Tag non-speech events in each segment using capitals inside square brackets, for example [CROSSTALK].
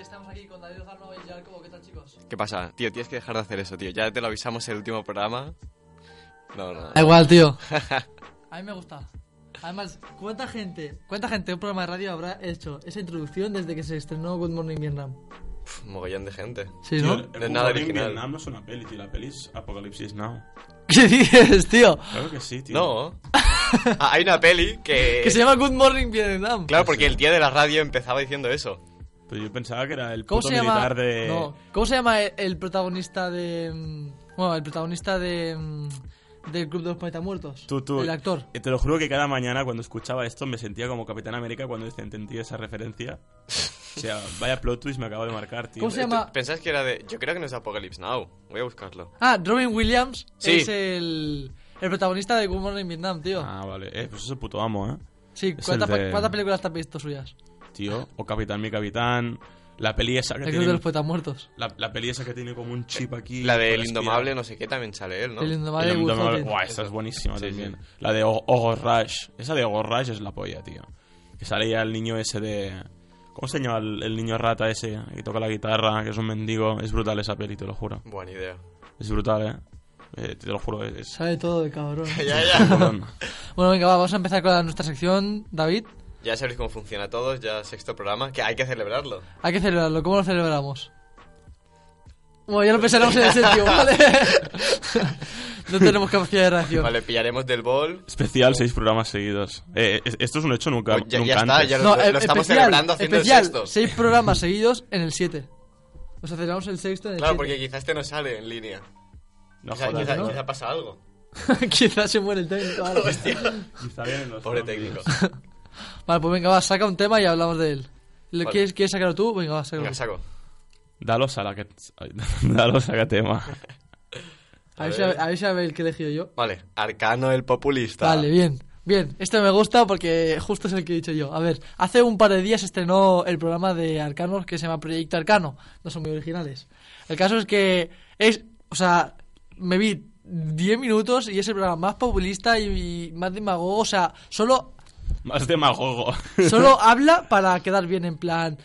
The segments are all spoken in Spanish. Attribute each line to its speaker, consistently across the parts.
Speaker 1: estamos aquí con David Lozano y Yarko. ¿Qué tal, chicos?
Speaker 2: ¿Qué pasa? Tío, tienes que dejar de hacer eso, tío. Ya te lo avisamos en el último programa. No, no.
Speaker 1: Da igual, tío. [LAUGHS] A mí me gusta. Además, ¿cuánta gente, cuánta gente de un programa de radio habrá hecho esa introducción desde que se estrenó Good Morning Vietnam?
Speaker 2: Pf, mogollón de gente.
Speaker 1: Sí, ¿no?
Speaker 2: No es nada original.
Speaker 3: Vietnam no es una peli, tío. La peli es Apocalipsis Now.
Speaker 1: [LAUGHS] ¿Qué dices, tío?
Speaker 3: Claro que sí, tío.
Speaker 2: No. Ah, Hay una peli que...
Speaker 1: [LAUGHS] Que se llama Good Morning Vietnam.
Speaker 2: Claro, porque el día de la radio empezaba diciendo eso.
Speaker 3: Pero yo pensaba que era el
Speaker 1: ¿Cómo
Speaker 3: puto
Speaker 1: se llama?
Speaker 3: militar de...
Speaker 1: No, ¿Cómo se llama el, el protagonista de. mm, Bueno, el protagonista de. mm, Del Club de los Poetas Muertos?
Speaker 3: Tú, tú.
Speaker 1: El actor.
Speaker 3: Eh, Te lo juro que cada mañana cuando escuchaba esto me sentía como Capitán América cuando entendí esa referencia.
Speaker 1: [LAUGHS]
Speaker 3: O sea, vaya plot twist me acabo de marcar, tío.
Speaker 1: ¿Cómo se llama?
Speaker 2: Pensás que era de... Yo creo que no es de Apocalypse Now. Voy a buscarlo.
Speaker 1: Ah, Robin Williams
Speaker 2: Sí.
Speaker 1: es el. El protagonista de Good Morning Vietnam, tío.
Speaker 3: Ah, vale. Eh, pues eso puto amo, ¿eh?
Speaker 1: sí,
Speaker 3: es
Speaker 1: ¿cuánta-
Speaker 3: el de-
Speaker 1: ¿cuántas películas te has visto suyas?
Speaker 3: Tío. O Capitán, mi Capitán. La peli esa que
Speaker 1: El Club de
Speaker 3: tiene...
Speaker 1: los Poetas Muertos.
Speaker 3: La, la peli esa que tiene como un chip aquí.
Speaker 2: La
Speaker 3: que
Speaker 2: del
Speaker 3: respira.
Speaker 2: Indomable, no sé qué, también sale él, ¿no?
Speaker 1: El indomable
Speaker 3: El Indomable.
Speaker 1: Guzmán.
Speaker 3: Buah, esa es buenísima
Speaker 2: Sí,
Speaker 3: también. La de O- Ogos Rush. Esa de Ogos Rush es la polla, tío. Que sale ya el niño ese de... ¿Cómo se llama el, el niño rata ese que toca la guitarra, que es un mendigo? Es brutal esa peli, te lo juro.
Speaker 2: Buena idea.
Speaker 3: Es brutal, ¿eh? Eh, te lo juro, es... es-
Speaker 1: Sabe todo de cabrón.
Speaker 2: [LAUGHS] Ya,
Speaker 3: es un
Speaker 2: ya.
Speaker 3: montón.
Speaker 1: [LAUGHS] bueno, venga, va, vamos a empezar con la- nuestra sección, David.
Speaker 2: [LAUGHS] Ya sabéis cómo funciona todo, ya sexto programa, que hay que celebrarlo.
Speaker 1: Hay que celebrarlo. ¿Cómo lo celebramos? Bueno, ya lo pensaremos en el
Speaker 3: [LAUGHS]
Speaker 1: sentido, ¿vale? no tenemos capacidad de reacción.
Speaker 2: Vale, pillaremos del bol.
Speaker 3: Especial, seis programas seguidos. Eh, es- esto es un hecho nunca,
Speaker 2: No, Pues ya- ya
Speaker 3: nunca
Speaker 2: está,
Speaker 3: antes.
Speaker 2: ya lo-
Speaker 1: e-
Speaker 2: estamos celebrando haciendo el
Speaker 1: especial,
Speaker 2: sexto.
Speaker 1: seis programas seguidos en el 7. O sea, celebramos el sexto en el
Speaker 2: Claro,
Speaker 1: 7.
Speaker 2: porque quizás este no sale en línea.
Speaker 3: No
Speaker 2: quizá,
Speaker 3: jodas,
Speaker 2: quizá-
Speaker 3: ¿no?
Speaker 2: quizá pasa algo.
Speaker 1: [LAUGHS] Quizás se muere el técnico. ahora.
Speaker 2: [LAUGHS]
Speaker 3: Está bien en los
Speaker 2: Pobre
Speaker 3: zombies.
Speaker 2: técnico.
Speaker 1: Vale, pues venga, va, saca un tema y hablamos de él. ¿Lo
Speaker 2: Vale.
Speaker 1: ¿Quieres, ¿Quieres sacarlo tú? Venga, va, sácalo.
Speaker 2: Venga, saco.
Speaker 3: Dalos a la que... [LAUGHS] Dalos a
Speaker 2: [LAUGHS]
Speaker 3: que tema.
Speaker 1: a, ver si, a ver si a ver el que he elegido yo.
Speaker 2: Vale, Arcano el populista.
Speaker 1: Vale, bien. Bien, este me gusta porque justo es el que he dicho yo. A ver, hace un par de días estrenó el programa de Arcanos que se llama Proyecto Arcano. No son muy originales. El caso es que es, o sea, me vi 10 minutos y es el programa más populista y, y más demagogo. O sea, solo,
Speaker 3: Más demagogo.
Speaker 1: solo habla para quedar bien en plan...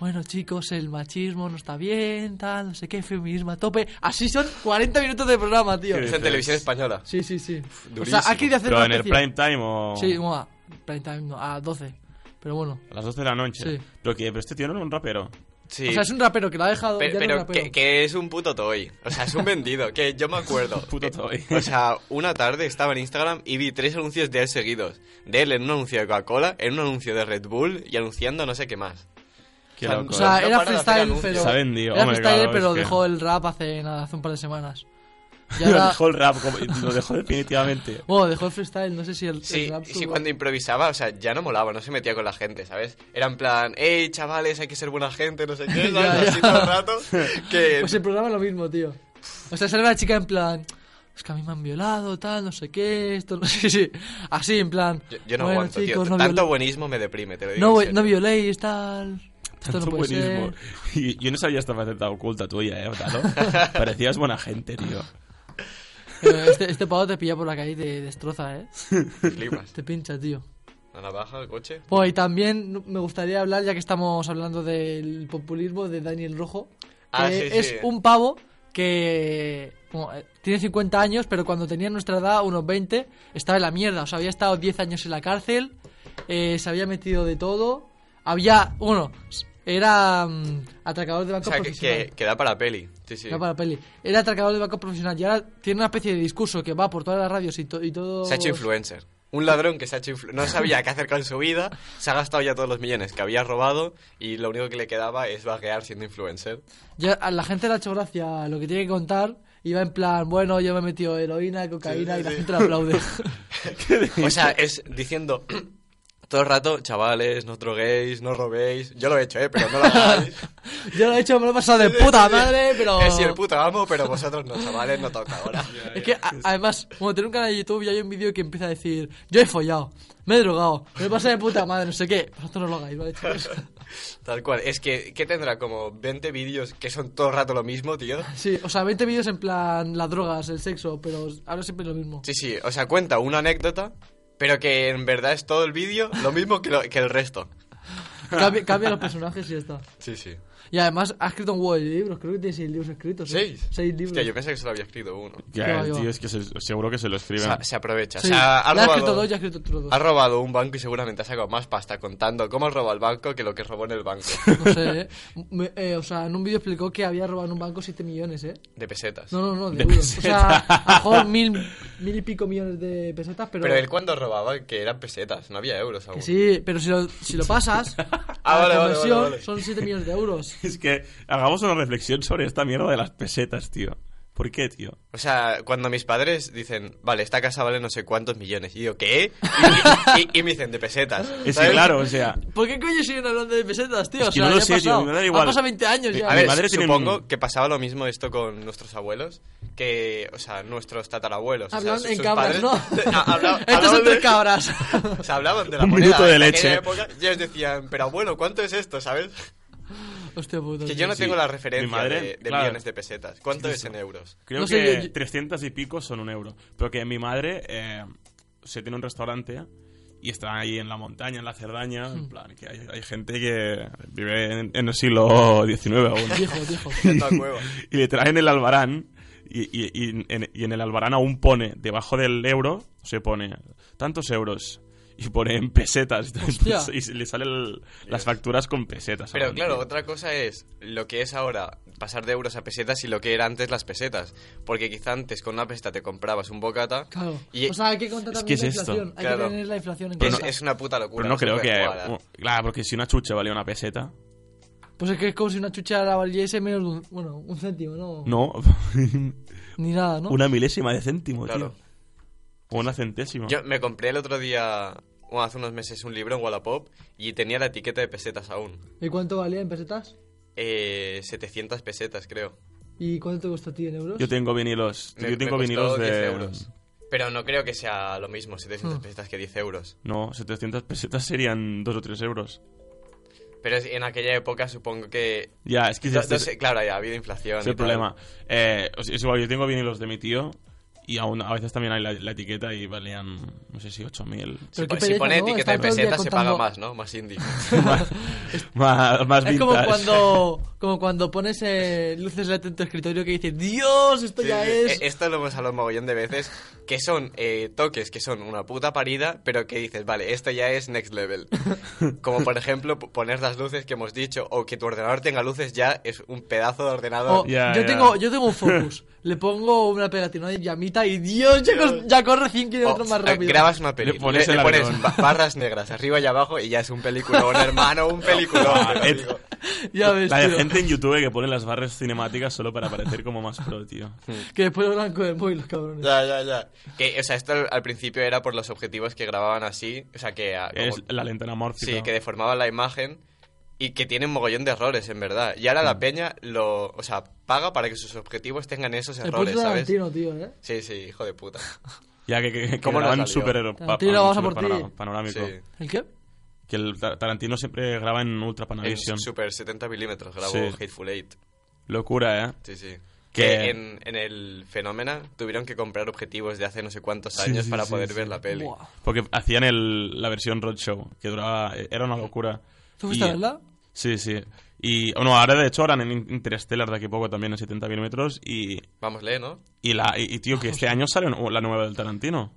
Speaker 1: Bueno, chicos, el machismo no está bien, tal, no sé qué, feminismo a tope. Así son 40 minutos de programa, tío.
Speaker 2: Es en televisión española.
Speaker 1: Sí, sí, sí. O
Speaker 2: Durísimo.
Speaker 1: sea, ha querido hacer
Speaker 3: Pero
Speaker 1: una
Speaker 3: en el
Speaker 1: especie-
Speaker 3: prime time o...
Speaker 1: Sí, bueno, a, prime time, no, a 12. Pero bueno.
Speaker 3: A las 12 de la noche.
Speaker 1: Sí.
Speaker 3: Pero que pero este tío no era un rapero.
Speaker 2: Sí.
Speaker 1: O sea, es un rapero que lo ha dejado.
Speaker 2: Pe-
Speaker 1: ya no es
Speaker 2: pero
Speaker 1: rapero.
Speaker 2: que, que es un puto toy. O sea, es un vendido. Que yo
Speaker 1: [LAUGHS]
Speaker 2: me acuerdo.
Speaker 1: Eh,
Speaker 3: Puto toy.
Speaker 2: O sea, una tarde estaba en Instagram y vi tres anuncios de él seguidos. De él en un anuncio de Coca-Cola, en un anuncio de Red Bull y anunciando no sé qué más.
Speaker 3: [LAUGHS] Qué
Speaker 2: o sea,
Speaker 1: O
Speaker 2: No
Speaker 3: loco. ¿eh?
Speaker 1: sea,
Speaker 2: para de
Speaker 1: era
Speaker 2: hacer
Speaker 1: freestyle,
Speaker 2: anuncios.
Speaker 1: pero.
Speaker 3: Se ha vendido,
Speaker 1: Era
Speaker 3: hombre,
Speaker 1: freestyle,
Speaker 3: claro,
Speaker 1: pero
Speaker 3: es que-
Speaker 1: dejó el rap hace nada, hace un par de
Speaker 3: [LAUGHS]
Speaker 1: semanas. Y
Speaker 3: lo
Speaker 1: ahora.
Speaker 3: dejó el rap, como- lo dejó definitivamente.
Speaker 1: Bueno, dejó el freestyle, no sé si el,
Speaker 2: Sí,
Speaker 1: el rap.
Speaker 2: sí,
Speaker 1: subió.
Speaker 2: cuando improvisaba, o sea, ya no molaba, no se metía con la gente, ¿sabes? Era en plan, hey, chavales, hay que ser buena gente, no sé
Speaker 1: [LAUGHS]
Speaker 2: qué,
Speaker 1: Ya,
Speaker 2: ¿sabes? Así
Speaker 1: ya.
Speaker 2: todo el rato.
Speaker 1: [LAUGHS]
Speaker 2: Que...
Speaker 1: Pues el programa es lo mismo, tío. O sea, sale una chica en plan. Es que a mí me han violado, tal, no sé qué, esto, no sé, [LAUGHS] sí. Así, en plan.
Speaker 2: Yo, yo no
Speaker 1: bueno,
Speaker 2: aguanto,
Speaker 1: chicos,
Speaker 2: tío.
Speaker 1: no
Speaker 2: Tanto
Speaker 1: viola-
Speaker 2: buenismo me deprime, te lo digo.
Speaker 1: no,
Speaker 2: en
Speaker 1: voy-
Speaker 2: serio.
Speaker 1: no violéis, tal. [LAUGHS] Esto no
Speaker 3: Tanto
Speaker 1: puede
Speaker 3: buenismo.
Speaker 1: ser.
Speaker 3: Y yo no sabía esta faceta oculta tuya,
Speaker 1: [LAUGHS]
Speaker 3: eh, Otalo. Parecías buena gente, tío.
Speaker 1: Pero Este, este pavo te pilla por la calle y te destroza, eh.
Speaker 2: Flipas.
Speaker 1: Te pincha, tío.
Speaker 2: La navaja, el coche.
Speaker 1: Bueno, Pues, y también me gustaría hablar, ya que estamos hablando del populismo de Daniel Rojo, que
Speaker 2: Ah, sí, sí.
Speaker 1: es un pavo que bueno, eh, tiene 50 años, pero cuando tenía nuestra edad, unos 20, estaba en la mierda. O sea, había estado 10 años en la cárcel, eh, se había metido de todo, había, bueno, era mm, atracador de
Speaker 2: O
Speaker 1: bancos
Speaker 2: sea, que,
Speaker 1: profesional.
Speaker 2: que, que da para peli. Sí, sí.
Speaker 1: No para peli. Era atracador de bancos profesional y ahora tiene una especie de discurso que va por todas las radios y, to- y todo.
Speaker 2: Se ha hecho influencer. Un ladrón que se ha hecho influ- no sabía qué hacer con su vida, se ha gastado ya todos los millones que había robado y lo único que le quedaba es vaguear siendo influencer.
Speaker 1: Ya a la gente le ha hecho gracia lo que tiene que contar y va en plan, bueno, yo me he metido heroína, cocaína
Speaker 2: Sí,
Speaker 1: y la
Speaker 2: sí.
Speaker 1: gente le
Speaker 2: [LAUGHS]
Speaker 1: aplaude. [LAUGHS]
Speaker 2: O sea, es diciendo [CLEARS THROAT] todo el rato, chavales, no os droguéis, no robéis. Yo lo he hecho, ¿eh? Pero no lo hagáis.
Speaker 1: yo lo he hecho, me lo he pasado de [LAUGHS] puta madre, pero...
Speaker 2: [LAUGHS] Es el puto amo, pero vosotros no, chavales, no toca ahora.
Speaker 1: Es que a- además, cuando tiene un canal de YouTube y hay un vídeo que empieza a decir, yo he follado, me he drogado, me he pasado de puta madre, no sé qué. Vosotros no lo hagáis, ¿vale,
Speaker 2: [LAUGHS]
Speaker 1: chicos?
Speaker 2: Tal cual. Es que, ¿qué tendrá? Como 20 vídeos que son todo el rato lo mismo, tío.
Speaker 1: Sí, o sea, 20 vídeos en plan las drogas, el sexo, pero ahora siempre lo mismo.
Speaker 2: Sí, sí, o sea, cuenta una anécdota, pero que en verdad es todo el vídeo lo mismo que, lo- que el resto.
Speaker 1: Cambia, cambia los personajes y ya está.
Speaker 2: Sí, sí.
Speaker 1: Y además ha escrito un huevo de libros, creo que tiene seis libros escritos. ¿eh?
Speaker 2: ¿Seis?
Speaker 1: Seis libros.
Speaker 2: Hostia, yo pensé que solo había escrito uno.
Speaker 3: Ya,
Speaker 1: Qué va,
Speaker 3: el
Speaker 1: qué
Speaker 3: tío,
Speaker 1: va.
Speaker 3: es que se- seguro que se lo escriben.
Speaker 2: Se, se aprovecha.
Speaker 1: Sí,
Speaker 2: O sea, ha
Speaker 1: ya ha escrito
Speaker 2: robado,
Speaker 1: dos, ya ha escrito otros dos.
Speaker 2: ha robado un banco y seguramente ha sacado más pasta contando cómo robó el banco que lo que robó en el banco.
Speaker 1: No sé, ¿eh? Me- eh, o sea, en un vídeo explicó que había robado en un banco 7 millones, ¿eh?
Speaker 2: De pesetas.
Speaker 1: No, no, no, de,
Speaker 3: De
Speaker 1: euros. O sea,
Speaker 3: pesetas.
Speaker 1: a lo mejor mil, mil y pico millones de pesetas, pero...
Speaker 2: Pero él cuando robaba, que eran pesetas, no había euros aún.
Speaker 1: que sí, pero si lo, si lo pasas, a la
Speaker 2: vale, vale,
Speaker 1: conversión
Speaker 2: vale, vale.
Speaker 1: son 7 millones de euros.
Speaker 3: [LAUGHS] Es que hagamos una reflexión sobre esta mierda de las pesetas, tío. ¿Por qué, tío?
Speaker 2: O sea, cuando mis padres dicen, vale, esta casa vale no sé cuántos millones, y yo, ¿qué? Y, y- y- y me dicen, de pesetas.
Speaker 3: Es que
Speaker 2: ¿sabes?
Speaker 3: claro, o sea,
Speaker 1: ¿Por qué coño siguen hablando de pesetas, tío?
Speaker 3: Es
Speaker 1: o
Speaker 3: que
Speaker 1: sea,
Speaker 3: no lo
Speaker 1: ya ha
Speaker 3: sé, tío,
Speaker 1: pasado.
Speaker 3: me da igual.
Speaker 1: Han pasado 20 años [LAUGHS] ya.
Speaker 2: A ver,
Speaker 3: Mi madre tiene
Speaker 2: supongo
Speaker 3: un-
Speaker 2: que pasaba lo mismo esto con nuestros abuelos que, o sea, nuestros tatarabuelos. o sea,
Speaker 1: Hablaban
Speaker 2: sus-
Speaker 1: en
Speaker 2: sus
Speaker 1: cabras,
Speaker 2: padres- [LAUGHS]
Speaker 1: ¿no?
Speaker 2: No,
Speaker 1: [LAUGHS]
Speaker 2: habla-
Speaker 1: Estos
Speaker 2: hablaban
Speaker 1: son tres
Speaker 2: de-
Speaker 1: cabras.
Speaker 2: [LAUGHS]
Speaker 1: [LAUGHS]
Speaker 2: O sea, hablaban de la
Speaker 3: Un
Speaker 2: moneda.
Speaker 3: minuto de
Speaker 2: en
Speaker 3: leche.
Speaker 2: aquella Época, y ellos decían, pero abuelo, ¿cuánto es esto, sabes?
Speaker 1: Hostia puta.
Speaker 2: Que
Speaker 1: tío.
Speaker 2: yo no
Speaker 3: Sí.
Speaker 2: tengo la
Speaker 3: Mi
Speaker 2: referencia
Speaker 3: madre,
Speaker 2: de, de
Speaker 3: claro.
Speaker 2: millones de pesetas. ¿Cuánto es en euros?
Speaker 3: [LAUGHS] creo
Speaker 1: No
Speaker 3: que
Speaker 1: sé, yo- yo-
Speaker 3: 300 y pico son un euro. Pero que mi madre eh, se tiene un restaurante y está ahí en la montaña, en la Cerdaña.
Speaker 1: Hmm.
Speaker 3: En plan, que hay, hay gente que vive en, en el siglo
Speaker 1: [LAUGHS]
Speaker 3: XIX aún.
Speaker 1: Viejo,
Speaker 2: [LAUGHS]
Speaker 1: viejo.
Speaker 2: En toda cueva.
Speaker 3: y le traen el albarán y, y- y en, y en el albarán aún pone debajo del euro se pone tantos euros y pone en pesetas [LAUGHS]
Speaker 1: Hostia.
Speaker 3: y se- le salen las facturas con pesetas
Speaker 2: Pero
Speaker 3: aún,
Speaker 2: claro,
Speaker 3: tío.
Speaker 2: otra cosa es lo que es ahora pasar de euros a pesetas y lo que era antes las pesetas. Porque quizá antes con una peseta te comprabas un bocata.
Speaker 1: Claro.
Speaker 2: Y
Speaker 1: o sea, hay que contar
Speaker 3: es
Speaker 1: también
Speaker 3: que es
Speaker 1: la
Speaker 3: esto.
Speaker 1: inflación. Hay
Speaker 2: Claro.
Speaker 1: que tener la inflación en
Speaker 2: es,
Speaker 1: cuenta.
Speaker 2: es ¿eh? una puta locura.
Speaker 3: pero no
Speaker 2: se
Speaker 3: creo
Speaker 2: puede
Speaker 3: que
Speaker 2: jugar a-
Speaker 3: claro porque si una chuche valía una peseta
Speaker 1: Pues es que es como si una chucha la valiese menos de un, bueno, un céntimo, ¿no?
Speaker 3: no
Speaker 1: [LAUGHS] Ni nada, ¿no?
Speaker 3: una milésima de céntimo
Speaker 2: Claro.
Speaker 3: Oh, tío o una centésima
Speaker 2: Yo me compré el otro día, o hace unos meses, un libro en Wallapop y tenía la etiqueta de pesetas aún.
Speaker 1: ¿Y cuánto valía en pesetas?
Speaker 2: Eh, 700 pesetas, creo.
Speaker 1: ¿Y cuánto te costó a ti en euros?
Speaker 3: Yo tengo vinilos
Speaker 2: Me-
Speaker 3: yo tengo
Speaker 2: me costó
Speaker 3: vinilos de
Speaker 2: 10 euros. Pero no creo que sea lo mismo
Speaker 1: Hmm.
Speaker 2: 700 pesetas que 10 euros.
Speaker 3: no 700 pesetas serían 2 o 3 euros
Speaker 2: Pero es- en aquella época supongo que...
Speaker 3: ya es que
Speaker 2: no-
Speaker 3: este-
Speaker 2: no sé, claro, ya ha habido inflación.
Speaker 3: Es el
Speaker 2: y tal.
Speaker 3: problema. Eh, o sea, es igual, yo tengo vinilos de mi tío y aún a veces también hay la, la etiqueta y valían, no sé si 8.000.
Speaker 2: Si,
Speaker 1: Pero
Speaker 2: po-
Speaker 1: qué
Speaker 2: si
Speaker 1: pereza,
Speaker 2: pone
Speaker 1: ¿no?
Speaker 2: etiqueta
Speaker 1: Estar
Speaker 2: de
Speaker 1: todo el día
Speaker 2: pesetas se paga
Speaker 1: contando-
Speaker 2: más, ¿no? Más indie.
Speaker 3: [LAUGHS] más, más
Speaker 1: Es como
Speaker 3: vintage.
Speaker 1: cuando, como cuando pones eh, luces LED en tu escritorio que dices, Dios, esto ya
Speaker 2: Sí,
Speaker 1: es...
Speaker 2: sí. Eh, Esto lo hemos hablado mogollón de veces, que son eh, toques que son una puta parida, pero que dices, vale, esto ya es next
Speaker 1: [LAUGHS]
Speaker 2: level. Como por ejemplo p- poner las luces que hemos dicho, o que tu ordenador tenga luces ya es un pedazo de
Speaker 1: O,
Speaker 2: ordenador.
Speaker 3: Ya,
Speaker 1: yo,
Speaker 3: ya.
Speaker 1: Tengo, yo tengo un
Speaker 3: [LAUGHS]
Speaker 1: Focus, le pongo una pegatina de llamita y Dios, ya, cor- ya corre 100
Speaker 2: O,
Speaker 1: kilómetros más
Speaker 2: eh,
Speaker 1: rápido.
Speaker 2: grabas una película,
Speaker 3: Le pones el avión.
Speaker 2: barras negras arriba y abajo y ya es un peliculón, hermano,
Speaker 3: [LAUGHS]
Speaker 2: un peliculón. te lo
Speaker 3: Ed-
Speaker 2: digo.
Speaker 1: [LAUGHS] Ya ves,
Speaker 3: la de
Speaker 1: tío,
Speaker 3: gente en YouTube que pone las barras cinemáticas solo para parecer como más pro, tío.
Speaker 1: que después lo blanco del móvil, los cabrones.
Speaker 2: Ya, ya, ya. Que, o sea, esto al al principio era por los objetivos que grababan así, o sea, que... ah, [LAUGHS] como-
Speaker 3: Es la lentera mórfica.
Speaker 2: Sí, que deformaban la imagen y que tienen mogollón de errores, en verdad. Y ahora
Speaker 3: Mm.
Speaker 2: la peña lo, o sea, paga para que sus objetivos tengan esos
Speaker 1: El puto
Speaker 2: errores, ¿sabes?
Speaker 1: Tarantino, Eh, pues tío, ¿eh?
Speaker 2: Sí, sí, hijo de puta.
Speaker 3: Ya que, que, que
Speaker 2: ¿Cómo
Speaker 3: graban
Speaker 2: nos salió?
Speaker 3: súper
Speaker 1: Tarantino, vamos a por ti.
Speaker 3: panora- panorámico.
Speaker 2: Sí.
Speaker 1: ¿El qué?
Speaker 3: Que el Ta- Tarantino siempre graba en Ultra
Speaker 2: En
Speaker 3: Panavision.
Speaker 2: Super 70 milímetros grabó
Speaker 3: Sí.
Speaker 2: Hateful Eight.
Speaker 3: Locura, ¿eh?
Speaker 2: Sí, sí.
Speaker 3: Que-
Speaker 2: Que en, en el fenómeno tuvieron que comprar objetivos de hace no sé cuántos
Speaker 3: Sí,
Speaker 2: años
Speaker 3: sí,
Speaker 2: para
Speaker 3: sí,
Speaker 2: poder
Speaker 3: sí.
Speaker 2: ver la peli.
Speaker 1: Buah.
Speaker 3: Porque hacían el, la versión Roadshow, que duraba. Era una locura.
Speaker 1: ¿Tú fuiste
Speaker 3: Y-
Speaker 1: a verla?
Speaker 3: Sí, sí. Y bueno, ahora de hecho harán en Interstellar de aquí a poco también en 70 milímetros. Y,
Speaker 2: Vamos, lee, ¿no?
Speaker 3: y, la, y, y, tío, que este año sale una- la nueva del Tarantino.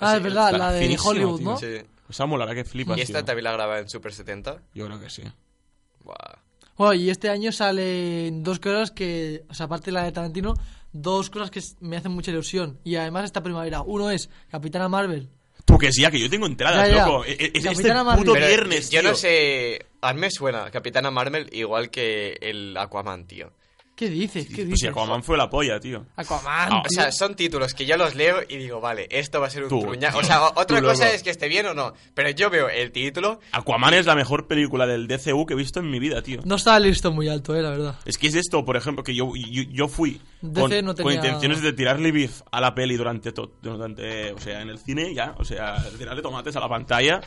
Speaker 1: Ah, es verdad,
Speaker 3: está
Speaker 1: la de
Speaker 3: finísimo,
Speaker 1: Hollywood,
Speaker 3: tío.
Speaker 1: ¿no?
Speaker 2: Sí.
Speaker 3: O sea, molará que flipas.
Speaker 2: Y esta
Speaker 3: tío.
Speaker 2: también la graba en Super 70.
Speaker 3: Yo creo que sí.
Speaker 2: Buah.
Speaker 1: Bueno, y este año salen dos cosas que, o sea, aparte de la de Tarantino, dos cosas que s- me hacen mucha ilusión. Y además esta primavera. Uno es Capitana Marvel.
Speaker 3: Tú que sí, ya que yo tengo entradas,
Speaker 1: Ya, ya.
Speaker 3: loco. E- e- Es, este
Speaker 1: Capitana Marvel.
Speaker 3: puto
Speaker 1: Pero
Speaker 3: viernes,
Speaker 2: yo
Speaker 3: tío.
Speaker 2: no sé, a mí me suena Capitana Marvel igual que el Aquaman, tío.
Speaker 1: ¿Qué dices? ¿Qué
Speaker 3: Pues
Speaker 1: dices?
Speaker 3: si Aquaman fue la polla, tío.
Speaker 1: Aquaman,
Speaker 3: Ah,
Speaker 2: O
Speaker 1: tío.
Speaker 2: sea, son títulos que yo los leo y digo, vale, esto va a ser un
Speaker 3: Tú,
Speaker 2: truñazo. O
Speaker 3: tío,
Speaker 2: sea, o- otra
Speaker 3: tú
Speaker 2: cosa
Speaker 3: luego.
Speaker 2: es que esté bien o no, pero yo veo el título.
Speaker 3: Aquaman es la mejor película del DCU que he visto en mi vida, tío.
Speaker 1: No estaba listo muy alto, eh, la verdad.
Speaker 3: Es que es esto, por ejemplo, que yo, yo, yo fui
Speaker 1: DC
Speaker 3: con,
Speaker 1: no
Speaker 3: con
Speaker 1: tenía-
Speaker 3: intenciones de tirarle beef a la peli durante todo, durante, o sea, en el cine ya, o sea, tirarle tomates a la pantalla.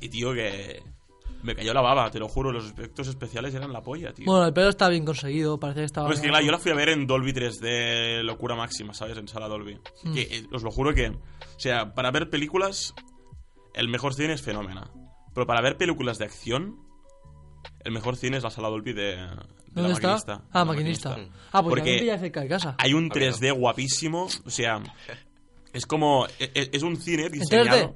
Speaker 3: Y tío, que me cayó la baba, te lo juro, los efectos especiales eran la polla, tío.
Speaker 1: Bueno, el pelo está bien conseguido, parece que estaba...
Speaker 3: Pues que claro, yo la fui a ver en Dolby 3D, locura máxima, ¿sabes? En sala Dolby.
Speaker 1: Hmm.
Speaker 3: Que, eh, os lo juro que, o sea, para ver películas, el mejor cine es fenómeno. Pero para ver películas de acción, El mejor cine es la sala Dolby de, de la
Speaker 1: ¿Dónde está?
Speaker 3: maquinista.
Speaker 1: Ah,
Speaker 3: La
Speaker 1: maquinista. Ah, pues
Speaker 3: Porque-
Speaker 1: también pilla cerca de casa.
Speaker 3: Hay un
Speaker 2: A ver,
Speaker 3: 3D guapísimo, o sea, es como e- e- es, un cine diseñado.
Speaker 1: 3D?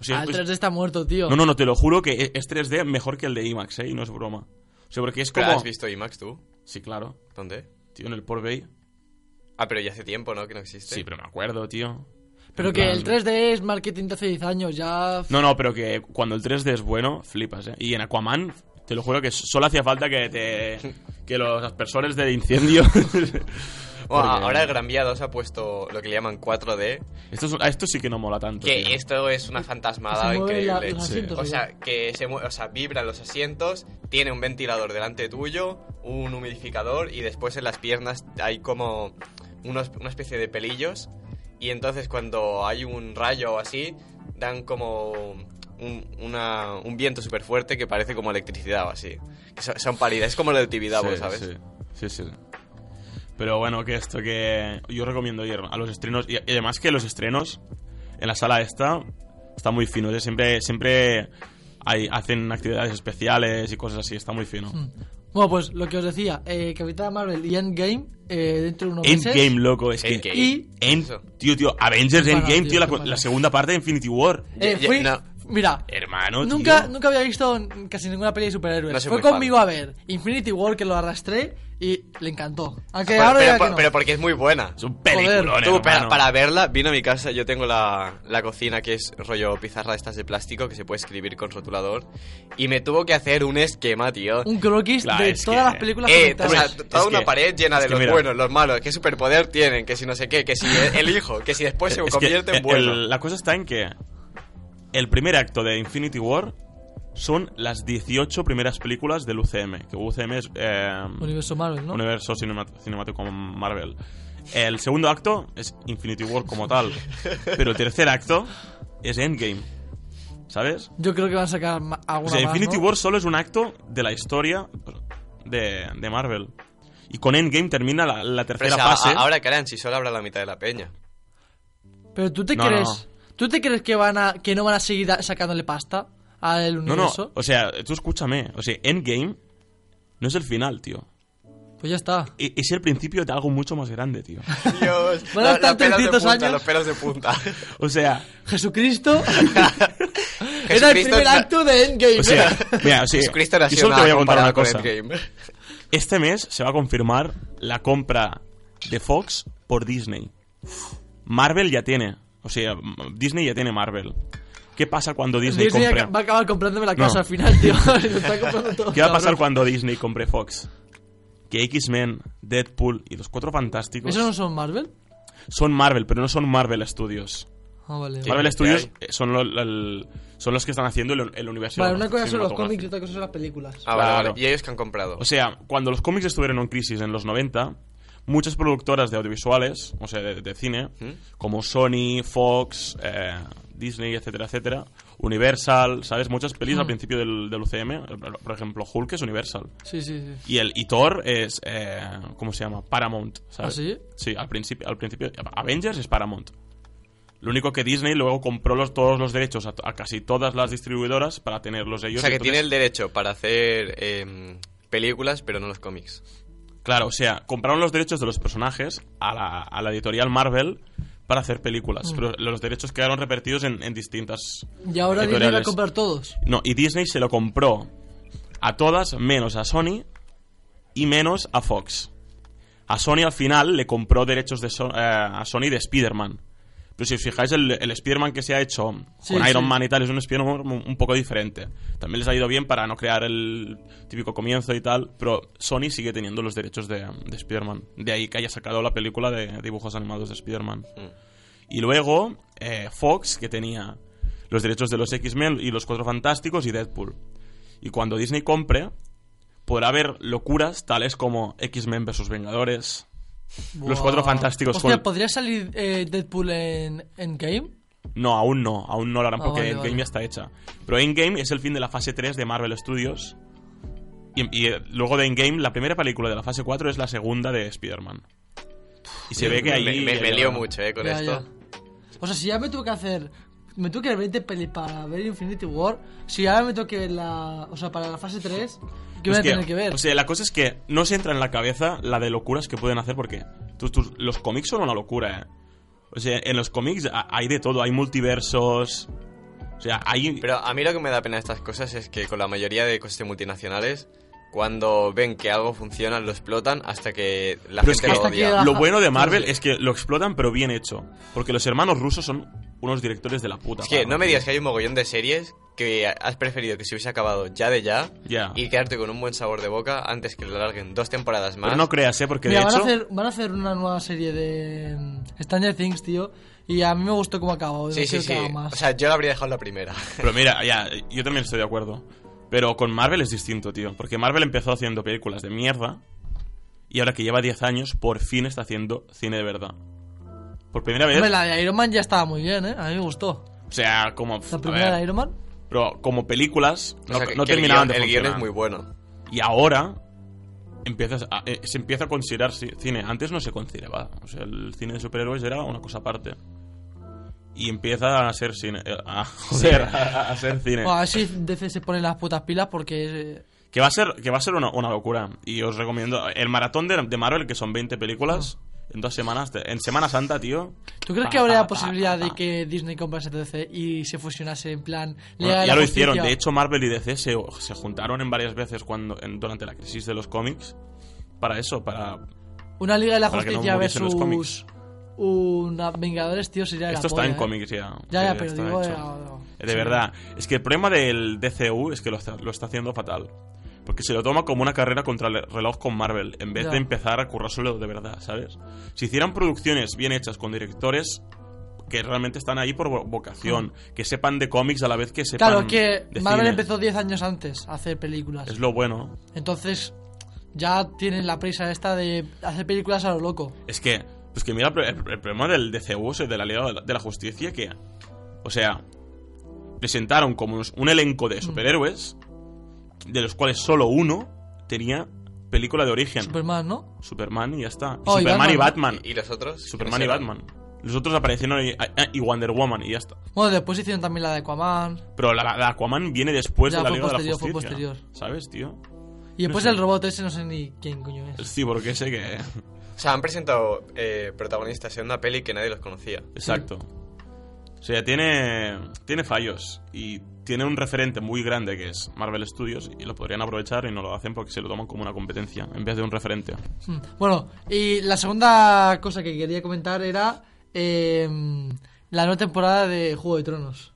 Speaker 3: O sea,
Speaker 1: Al
Speaker 3: es-
Speaker 1: 3D está muerto, tío.
Speaker 3: pues- no, no, no, te lo juro que e- es 3D mejor que el de IMAX, ¿eh? Y no es broma. O sea, porque es
Speaker 2: Pero,
Speaker 3: como
Speaker 2: ¿Has visto IMAX tú?
Speaker 3: Sí, claro.
Speaker 2: ¿Dónde?
Speaker 3: Tío, en el Port Bay.
Speaker 2: Ah, pero ya hace tiempo, ¿no? Que no existe.
Speaker 3: Sí, pero me acuerdo, tío.
Speaker 1: Pero
Speaker 3: En
Speaker 1: que
Speaker 3: plan-
Speaker 1: el 3D es marketing de hace 10 años, ya...
Speaker 3: No, no, pero que cuando el 3D es bueno, flipas, ¿eh? Y en Aquaman, te lo juro que solo hacía falta que te... Que los aspersores del incendio... [LAUGHS]
Speaker 2: Bueno,
Speaker 3: Porque-
Speaker 2: ahora el Gran Vía 2 ha puesto lo que le llaman 4D,
Speaker 3: Esto, es- esto sí que no mola tanto,
Speaker 2: que
Speaker 3: tío.
Speaker 2: esto es una fantasmada
Speaker 1: se mueven la-
Speaker 2: increíble.
Speaker 1: los
Speaker 3: Sí.
Speaker 1: asientos,
Speaker 2: O
Speaker 1: igual.
Speaker 2: sea, que se mue- o sea, vibran los asientos, tiene un ventilador delante tuyo, un humidificador y después en las piernas hay como unos- una especie de pelillos y entonces cuando hay un rayo o así dan como un, una- un viento súper fuerte que parece como electricidad o así. Que son, son pálidas, es como lo del Tibidabo,
Speaker 3: Sí,
Speaker 2: ¿sabes?
Speaker 3: Sí, sí, sí. Pero bueno, que esto que... Yo recomiendo ir a los estrenos. Y, y además que los estrenos en la sala esta está muy fino. o sea, Siempre, siempre hay- hacen actividades especiales y cosas así. Está muy fino.
Speaker 1: Bueno, pues lo que os decía, eh, Capitana Marvel y Endgame eh, dentro de unos
Speaker 3: Endgame,
Speaker 1: meses...
Speaker 3: loco. Es que...
Speaker 2: Endgame.
Speaker 1: Y...
Speaker 3: En-
Speaker 2: Eso.
Speaker 3: tío, tío, Avengers
Speaker 1: Qué
Speaker 3: Endgame,
Speaker 1: parado,
Speaker 3: tío, la,
Speaker 1: tío, qué
Speaker 3: la
Speaker 1: parado.
Speaker 3: segunda parte de Infinity War.
Speaker 1: eh,
Speaker 2: Ya- ya-
Speaker 1: fui-
Speaker 2: no.
Speaker 1: Mira,
Speaker 3: Hermano,
Speaker 1: Nunca,
Speaker 3: Eh, tío.
Speaker 1: nunca había visto n- casi ninguna peli de superhéroes.
Speaker 2: No soy
Speaker 1: Fue
Speaker 2: muy fan.
Speaker 1: conmigo a ver Infinity War, que lo arrastré y le encantó. Aunque
Speaker 2: Pero-
Speaker 1: ahora
Speaker 2: pero
Speaker 1: ya
Speaker 2: por-
Speaker 1: que no.
Speaker 2: pero porque es muy buena.
Speaker 3: Es un peliculón,
Speaker 2: Tú, para,
Speaker 3: hermano.
Speaker 2: para verla, vino a mi casa, yo tengo la, la cocina que es rollo pizarra de estas de plástico que se puede escribir con rotulador y me tuvo que hacer un esquema, tío.
Speaker 1: Un croquis
Speaker 3: Claro,
Speaker 1: de
Speaker 3: es
Speaker 1: todas
Speaker 3: que-
Speaker 1: las películas
Speaker 2: Eh, o
Speaker 1: conectadas.
Speaker 2: sea,
Speaker 3: es
Speaker 2: toda una
Speaker 3: que-
Speaker 2: pared llena
Speaker 3: es
Speaker 2: de
Speaker 3: que
Speaker 2: los
Speaker 3: mira.
Speaker 2: buenos, los malos, qué superpoder tienen, que si no sé qué,
Speaker 3: [LAUGHS]
Speaker 2: que si el, el hijo, que si después se
Speaker 3: Es que
Speaker 2: convierte en
Speaker 3: el-
Speaker 2: bueno.
Speaker 3: la cosa está en que el primer acto de Infinity War son las 18 primeras películas del UCM. Que UCM es eh,
Speaker 1: Universo Marvel, ¿no?
Speaker 3: Universo Cinemat- Cinemático Marvel. El segundo acto es Infinity War como
Speaker 2: [LAUGHS]
Speaker 3: tal. Pero el tercer acto es Endgame. ¿Sabes?
Speaker 1: Yo creo que van a sacar ma-
Speaker 3: O
Speaker 1: alguna
Speaker 3: sea,
Speaker 1: más,
Speaker 3: Infinity
Speaker 1: ¿no?
Speaker 3: War solo es un acto de la historia de, de Marvel. Y con Endgame termina la, la
Speaker 2: Pero,
Speaker 3: tercera
Speaker 2: o sea, Pues a-
Speaker 3: fase.
Speaker 2: ahora que harán si solo habrá la mitad de
Speaker 1: [LAUGHS]
Speaker 2: la peña.
Speaker 1: Pero tú te
Speaker 3: No,
Speaker 1: crees...
Speaker 3: no,
Speaker 1: ¿Tú te crees que, van a, que no van a seguir a- sacándole pasta al
Speaker 3: No, no,
Speaker 1: universo?
Speaker 3: o sea, tú escúchame. O sea, Endgame no es el final, tío.
Speaker 1: Pues ya está.
Speaker 3: E- Es el principio de algo mucho más grande, tío.
Speaker 2: Dios,
Speaker 1: Van a
Speaker 2: la-
Speaker 1: estar
Speaker 2: los pelos de
Speaker 1: 300
Speaker 2: punta,
Speaker 1: años.
Speaker 2: los pelos de punta.
Speaker 3: O sea, [LAUGHS]
Speaker 1: Jesucristo... [LAUGHS] era el
Speaker 2: Jesucristo
Speaker 1: primer
Speaker 2: na-
Speaker 1: acto de Endgame.
Speaker 2: [LAUGHS]
Speaker 3: o sea, mira, o sea,
Speaker 2: Jesucristo
Speaker 3: yo
Speaker 2: nació
Speaker 3: solo te voy a contar
Speaker 2: comparado
Speaker 3: una
Speaker 2: con
Speaker 3: cosa.
Speaker 2: Endgame.
Speaker 3: Este mes se va a confirmar la compra de Fox por Disney. Marvel ya tiene, o sea, Disney ya tiene Marvel. ¿Qué pasa cuando Disney,
Speaker 1: Disney
Speaker 3: compre?
Speaker 1: va a acabar comprándome la
Speaker 3: No.
Speaker 1: casa al final, tío. [LAUGHS] Lo
Speaker 3: [LAUGHS]
Speaker 1: está comprando [LAUGHS] todo,
Speaker 3: ¿Qué va a
Speaker 1: cabrón.
Speaker 3: pasar cuando Disney compre Fox? Que X-Men, Deadpool y los Cuatro Fantásticos
Speaker 1: ¿Esos no son Marvel?
Speaker 3: son Marvel, pero no son Marvel Studios.
Speaker 1: Ah, vale.
Speaker 2: Sí.
Speaker 3: Marvel
Speaker 2: que
Speaker 3: Studios
Speaker 2: hay.
Speaker 3: eh, son, lo- lo- el- son los que están haciendo el, el universo.
Speaker 1: Vale, una cosa son los cómics y
Speaker 3: cinematográfico.
Speaker 1: otra cosa son las películas.
Speaker 2: Ah, vale, vale.
Speaker 3: Claro.
Speaker 2: Y ellos que han comprado.
Speaker 3: O sea, cuando los cómics estuvieron en crisis en los 90, muchas productoras de audiovisuales, o sea, de, de cine,
Speaker 2: ¿Mm?
Speaker 3: como Sony, Fox, eh, Disney, etcétera, etcétera, Universal, ¿sabes? Muchas pelis al principio del, del UCM, por ejemplo, Hulk es Universal.
Speaker 1: Sí, sí, sí.
Speaker 3: Y el y Thor es, eh, ¿cómo se llama? Paramount, ¿sabes?
Speaker 1: ¿Ah, sí?
Speaker 3: Sí, al principio, al principio Avengers es Paramount. Lo único que Disney luego compró los, todos los derechos a, a casi todas las distribuidoras para tenerlos ellos.
Speaker 2: O sea, que
Speaker 3: entonces-
Speaker 2: tiene el derecho para hacer em, películas, pero no los cómics.
Speaker 3: Claro, o sea, compraron los derechos de los personajes a la, a la editorial Marvel para hacer películas, pero los derechos quedaron repartidos en, en distintas
Speaker 1: Mm. Y ahora Disney va a
Speaker 3: editoriales.
Speaker 1: comprar todos.
Speaker 3: No, y Disney se lo compró a todas menos a Sony y menos a Fox. A Sony al final le compró derechos de So- eh, a Sony de Spider-Man. Pero si os fijáis, el, el Spider-Man que se ha hecho
Speaker 1: Sí,
Speaker 3: con Iron
Speaker 1: sí.
Speaker 3: Man y tal es un Spider-Man un, un poco diferente. También les ha ido bien para no crear el típico comienzo y tal, pero Sony sigue teniendo los derechos de, de Spider-Man. De ahí que haya sacado la película de dibujos animados de Spider-Man. Y luego eh, Fox, que tenía los derechos de los X-Men y los Cuatro Fantásticos y Deadpool. Y cuando Disney compre, podrá haber locuras tales como X-Men vs. Vengadores. Los
Speaker 1: Buah.
Speaker 3: Cuatro Fantásticos
Speaker 1: Hostia,
Speaker 3: con-
Speaker 1: ¿podría salir eh, Deadpool en, en Game?
Speaker 3: No, aún no, aún no lo harán
Speaker 1: Ah,
Speaker 3: porque
Speaker 1: vale,
Speaker 3: Endgame
Speaker 1: vale.
Speaker 3: ya está hecha. Pero Endgame es el fin de la fase 3 de Marvel Studios. Y, y, eh, luego de Endgame, la primera película de la fase 4 es la segunda de Spider-Man. Y se ve que ahí...
Speaker 2: Me, me, me lío mucho, eh, con
Speaker 1: Ya,
Speaker 2: esto.
Speaker 1: ya. O sea, si ya me tuve que hacer me tuve que ver 20 peli para ver Infinity War. Si ahora me toque la. O sea, para la fase 3, ¿qué voy a
Speaker 3: Hostia,
Speaker 1: tener que ver?
Speaker 3: O sea, la cosa es que no se entra en la cabeza la de locuras que pueden hacer porque tus- tus- los cómics son una locura, eh. O sea, en los cómics ha- hay de todo, hay multiversos. O sea, hay.
Speaker 2: Pero a mí lo que me da pena de estas cosas es que con la mayoría de cosas de multinacionales, cuando ven que algo funciona, lo explotan hasta que la
Speaker 3: Pero es
Speaker 2: gente
Speaker 3: que-
Speaker 2: lo
Speaker 1: Hasta que
Speaker 2: odia.
Speaker 1: la-
Speaker 3: Lo bueno de Marvel es que lo explotan, pero bien hecho. Porque los hermanos rusos son unos directores de la puta.
Speaker 2: Es que
Speaker 3: madre.
Speaker 2: no me digas que hay un mogollón de series que has preferido que se hubiese acabado ya de ya
Speaker 3: Ya.
Speaker 2: y quedarte con un buen sabor de boca antes que lo larguen dos temporadas más.
Speaker 3: Pero no creas, ¿eh? Porque
Speaker 1: Mira,
Speaker 3: de
Speaker 1: van,
Speaker 3: hecho.
Speaker 1: a hacer, van a hacer una nueva serie de mm, Stranger Things, tío. Y a mí me gustó cómo acabó. no
Speaker 2: sí, sí,
Speaker 1: quiero
Speaker 2: sí.
Speaker 1: que haga más.
Speaker 2: O sea, yo lo habría dejado la primera.
Speaker 3: Pero mira, ya, yo también estoy de acuerdo. Pero con Marvel es distinto, tío. Porque Marvel empezó haciendo películas de mierda. Y ahora que lleva 10 años, por fin está haciendo cine de verdad. Por primera vez.
Speaker 1: Hombre, la de Iron Man ya estaba muy bien, ¿eh? A mí me gustó.
Speaker 3: O sea, como.
Speaker 1: La
Speaker 3: a
Speaker 1: primera
Speaker 3: ver,
Speaker 1: de Iron Man.
Speaker 3: pero como películas,
Speaker 2: O
Speaker 3: no,
Speaker 2: sea, que-
Speaker 3: no
Speaker 2: que el
Speaker 3: terminaban
Speaker 2: guión-
Speaker 3: de
Speaker 2: El guión es
Speaker 3: funcionar.
Speaker 2: muy bueno.
Speaker 3: Y ahora empiezas a- eh, se empieza a considerar ci- cine. Antes no se consideraba. O sea, el cine de superhéroes era una cosa aparte. Y empieza a ser cine. eh, A, [LAUGHS] joder, a, a ser cine.
Speaker 1: Bueno, pues, a ver si DC se pone las putas pilas porque. eh,
Speaker 3: Que va a ser, que va a ser una, una locura. Y os recomiendo. El maratón de, de Marvel, que son 20 películas. En dos semanas. te- En Semana Santa, tío.
Speaker 1: ¿Tú crees
Speaker 3: Pa,
Speaker 1: que habría
Speaker 3: pa,
Speaker 1: la
Speaker 3: pa,
Speaker 1: posibilidad
Speaker 3: pa,
Speaker 1: de
Speaker 3: pa.
Speaker 1: que Disney comprase DC y se fusionase en plan
Speaker 3: Bueno,
Speaker 1: Liga de la
Speaker 3: ya lo
Speaker 1: Justicia?
Speaker 3: hicieron. De hecho, Marvel y DC se, se juntaron en varias veces cuando en- durante la crisis de los cómics. Para eso, para.
Speaker 1: Una Liga de la
Speaker 3: para que no
Speaker 1: Justicia
Speaker 3: muriesen los
Speaker 1: versus
Speaker 3: cómics.
Speaker 1: una Vengadores, tío, sería
Speaker 3: Esto
Speaker 1: la
Speaker 3: está
Speaker 1: polla,
Speaker 3: en
Speaker 1: ¿eh?
Speaker 3: cómics ya.
Speaker 1: Ya,
Speaker 3: Sí,
Speaker 1: ya, pero
Speaker 3: está
Speaker 1: digo,
Speaker 3: hecho.
Speaker 1: eh,
Speaker 3: De
Speaker 1: sí.
Speaker 3: verdad. Es que el problema del DCU es que lo está, lo está haciendo fatal. Porque se lo toma como una carrera contra el reloj con Marvel, en vez
Speaker 1: Ya.
Speaker 3: de empezar a currárselo de verdad, ¿sabes? Si hicieran producciones bien hechas con directores que realmente están ahí por vo- vocación, que sepan de cómics a la vez que sepan
Speaker 1: Claro, que
Speaker 3: de
Speaker 1: Marvel
Speaker 3: cine.
Speaker 1: empezó 10 años antes a hacer películas.
Speaker 3: Es lo bueno.
Speaker 1: Entonces, ya tienen la prisa esta de hacer películas a lo loco.
Speaker 3: Es que, pues que mira, el, el problema del DCU, o sea, de la Liga de la- de la Justicia, que, o sea, presentaron como unos- un elenco
Speaker 1: Mm.
Speaker 3: de superhéroes, de los cuales solo uno tenía película de origen.
Speaker 1: Superman, ¿no?
Speaker 3: Superman y ya está. Y
Speaker 1: Oh, y
Speaker 3: Superman y
Speaker 1: Batman.
Speaker 3: Batman.
Speaker 2: ¿Y, y los otros?
Speaker 3: Superman y
Speaker 2: ¿Quiénes eran?
Speaker 3: Batman. Los otros aparecieron y, y Wonder Woman y ya está.
Speaker 1: Bueno, después hicieron también la de Aquaman.
Speaker 3: Pero la, la Aquaman viene después
Speaker 1: Ya,
Speaker 3: de la
Speaker 1: fue
Speaker 3: Liga de la
Speaker 1: posterior,
Speaker 3: Justicia.
Speaker 1: fue posterior.
Speaker 3: ¿Sabes, tío?
Speaker 1: Y después
Speaker 3: sé.
Speaker 1: el robot ese, no sé ni quién coño
Speaker 3: El
Speaker 1: es.
Speaker 3: cibor que sé que...
Speaker 2: O sea, han presentado eh, protagonistas en una peli que nadie los conocía.
Speaker 3: Exacto. O sea, tiene, tiene fallos y tiene un referente muy grande que es Marvel Studios y lo podrían aprovechar y no lo hacen porque se lo toman como una competencia en vez de un referente.
Speaker 1: Hmm. Bueno, y la segunda cosa que quería comentar era eh, la nueva temporada de Juego de Tronos.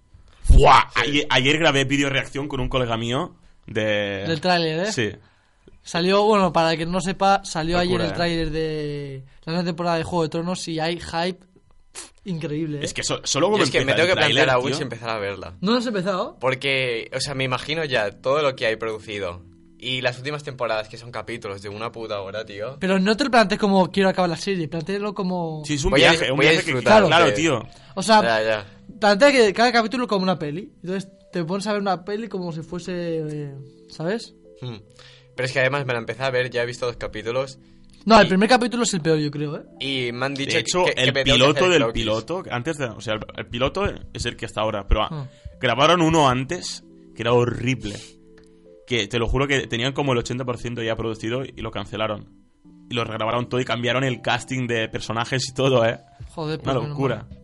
Speaker 3: ¡Buah! Ayer, ayer grabé video reacción con un colega mío de...
Speaker 1: Del tráiler, ¿eh?
Speaker 3: Sí.
Speaker 1: Salió, bueno, para el que no lo sepa, salió
Speaker 3: Locura,
Speaker 1: ayer el
Speaker 3: eh.
Speaker 1: tráiler de la nueva temporada de Juego de Tronos y hay hype pff, increíble. ¿eh?
Speaker 3: Es que so- solo
Speaker 2: Yo
Speaker 3: como
Speaker 2: es que me
Speaker 3: empieza
Speaker 2: tengo que
Speaker 3: el tráiler,
Speaker 2: plantear a
Speaker 3: tío,
Speaker 2: Wish y empezar a verla.
Speaker 1: ¿No has empezado?
Speaker 2: Porque, o sea, me imagino ya todo lo que hay producido. Y las últimas temporadas, que son capítulos de una puta hora, tío.
Speaker 1: Pero no te lo plantees como quiero acabar la serie, plantealo como...
Speaker 3: Sí, es un
Speaker 2: Voy a-
Speaker 3: viaje, un
Speaker 2: voy a
Speaker 3: viaje que-
Speaker 2: disfrutar
Speaker 3: Claro,
Speaker 2: de-
Speaker 3: tío.
Speaker 1: O sea,
Speaker 2: Ya, ya.
Speaker 1: plantea que cada capítulo como una peli. Entonces te pones a ver una peli como si fuese... eh, ¿Sabes?
Speaker 2: Hmm. Pero es que además me la empecé a ver, ya he visto dos capítulos.
Speaker 1: No, el
Speaker 2: Y-
Speaker 1: primer capítulo es el peor, yo creo, ¿eh?
Speaker 2: Y me han dicho
Speaker 3: De hecho,
Speaker 2: que, que
Speaker 3: el
Speaker 2: me tengo que
Speaker 3: piloto
Speaker 2: hacer
Speaker 3: del
Speaker 2: croquis.
Speaker 3: piloto, que antes de, o sea, el, el piloto es el que está ahora, pero ah,
Speaker 1: Ah.
Speaker 3: grabaron uno antes que era horrible. Que te lo juro que tenían como el 80% ya producido y lo cancelaron. Y lo regrabaron todo y cambiaron el casting de personajes y todo, ¿eh?
Speaker 1: Joder,
Speaker 3: Una
Speaker 1: pero Pues menos
Speaker 3: locura.
Speaker 1: mal.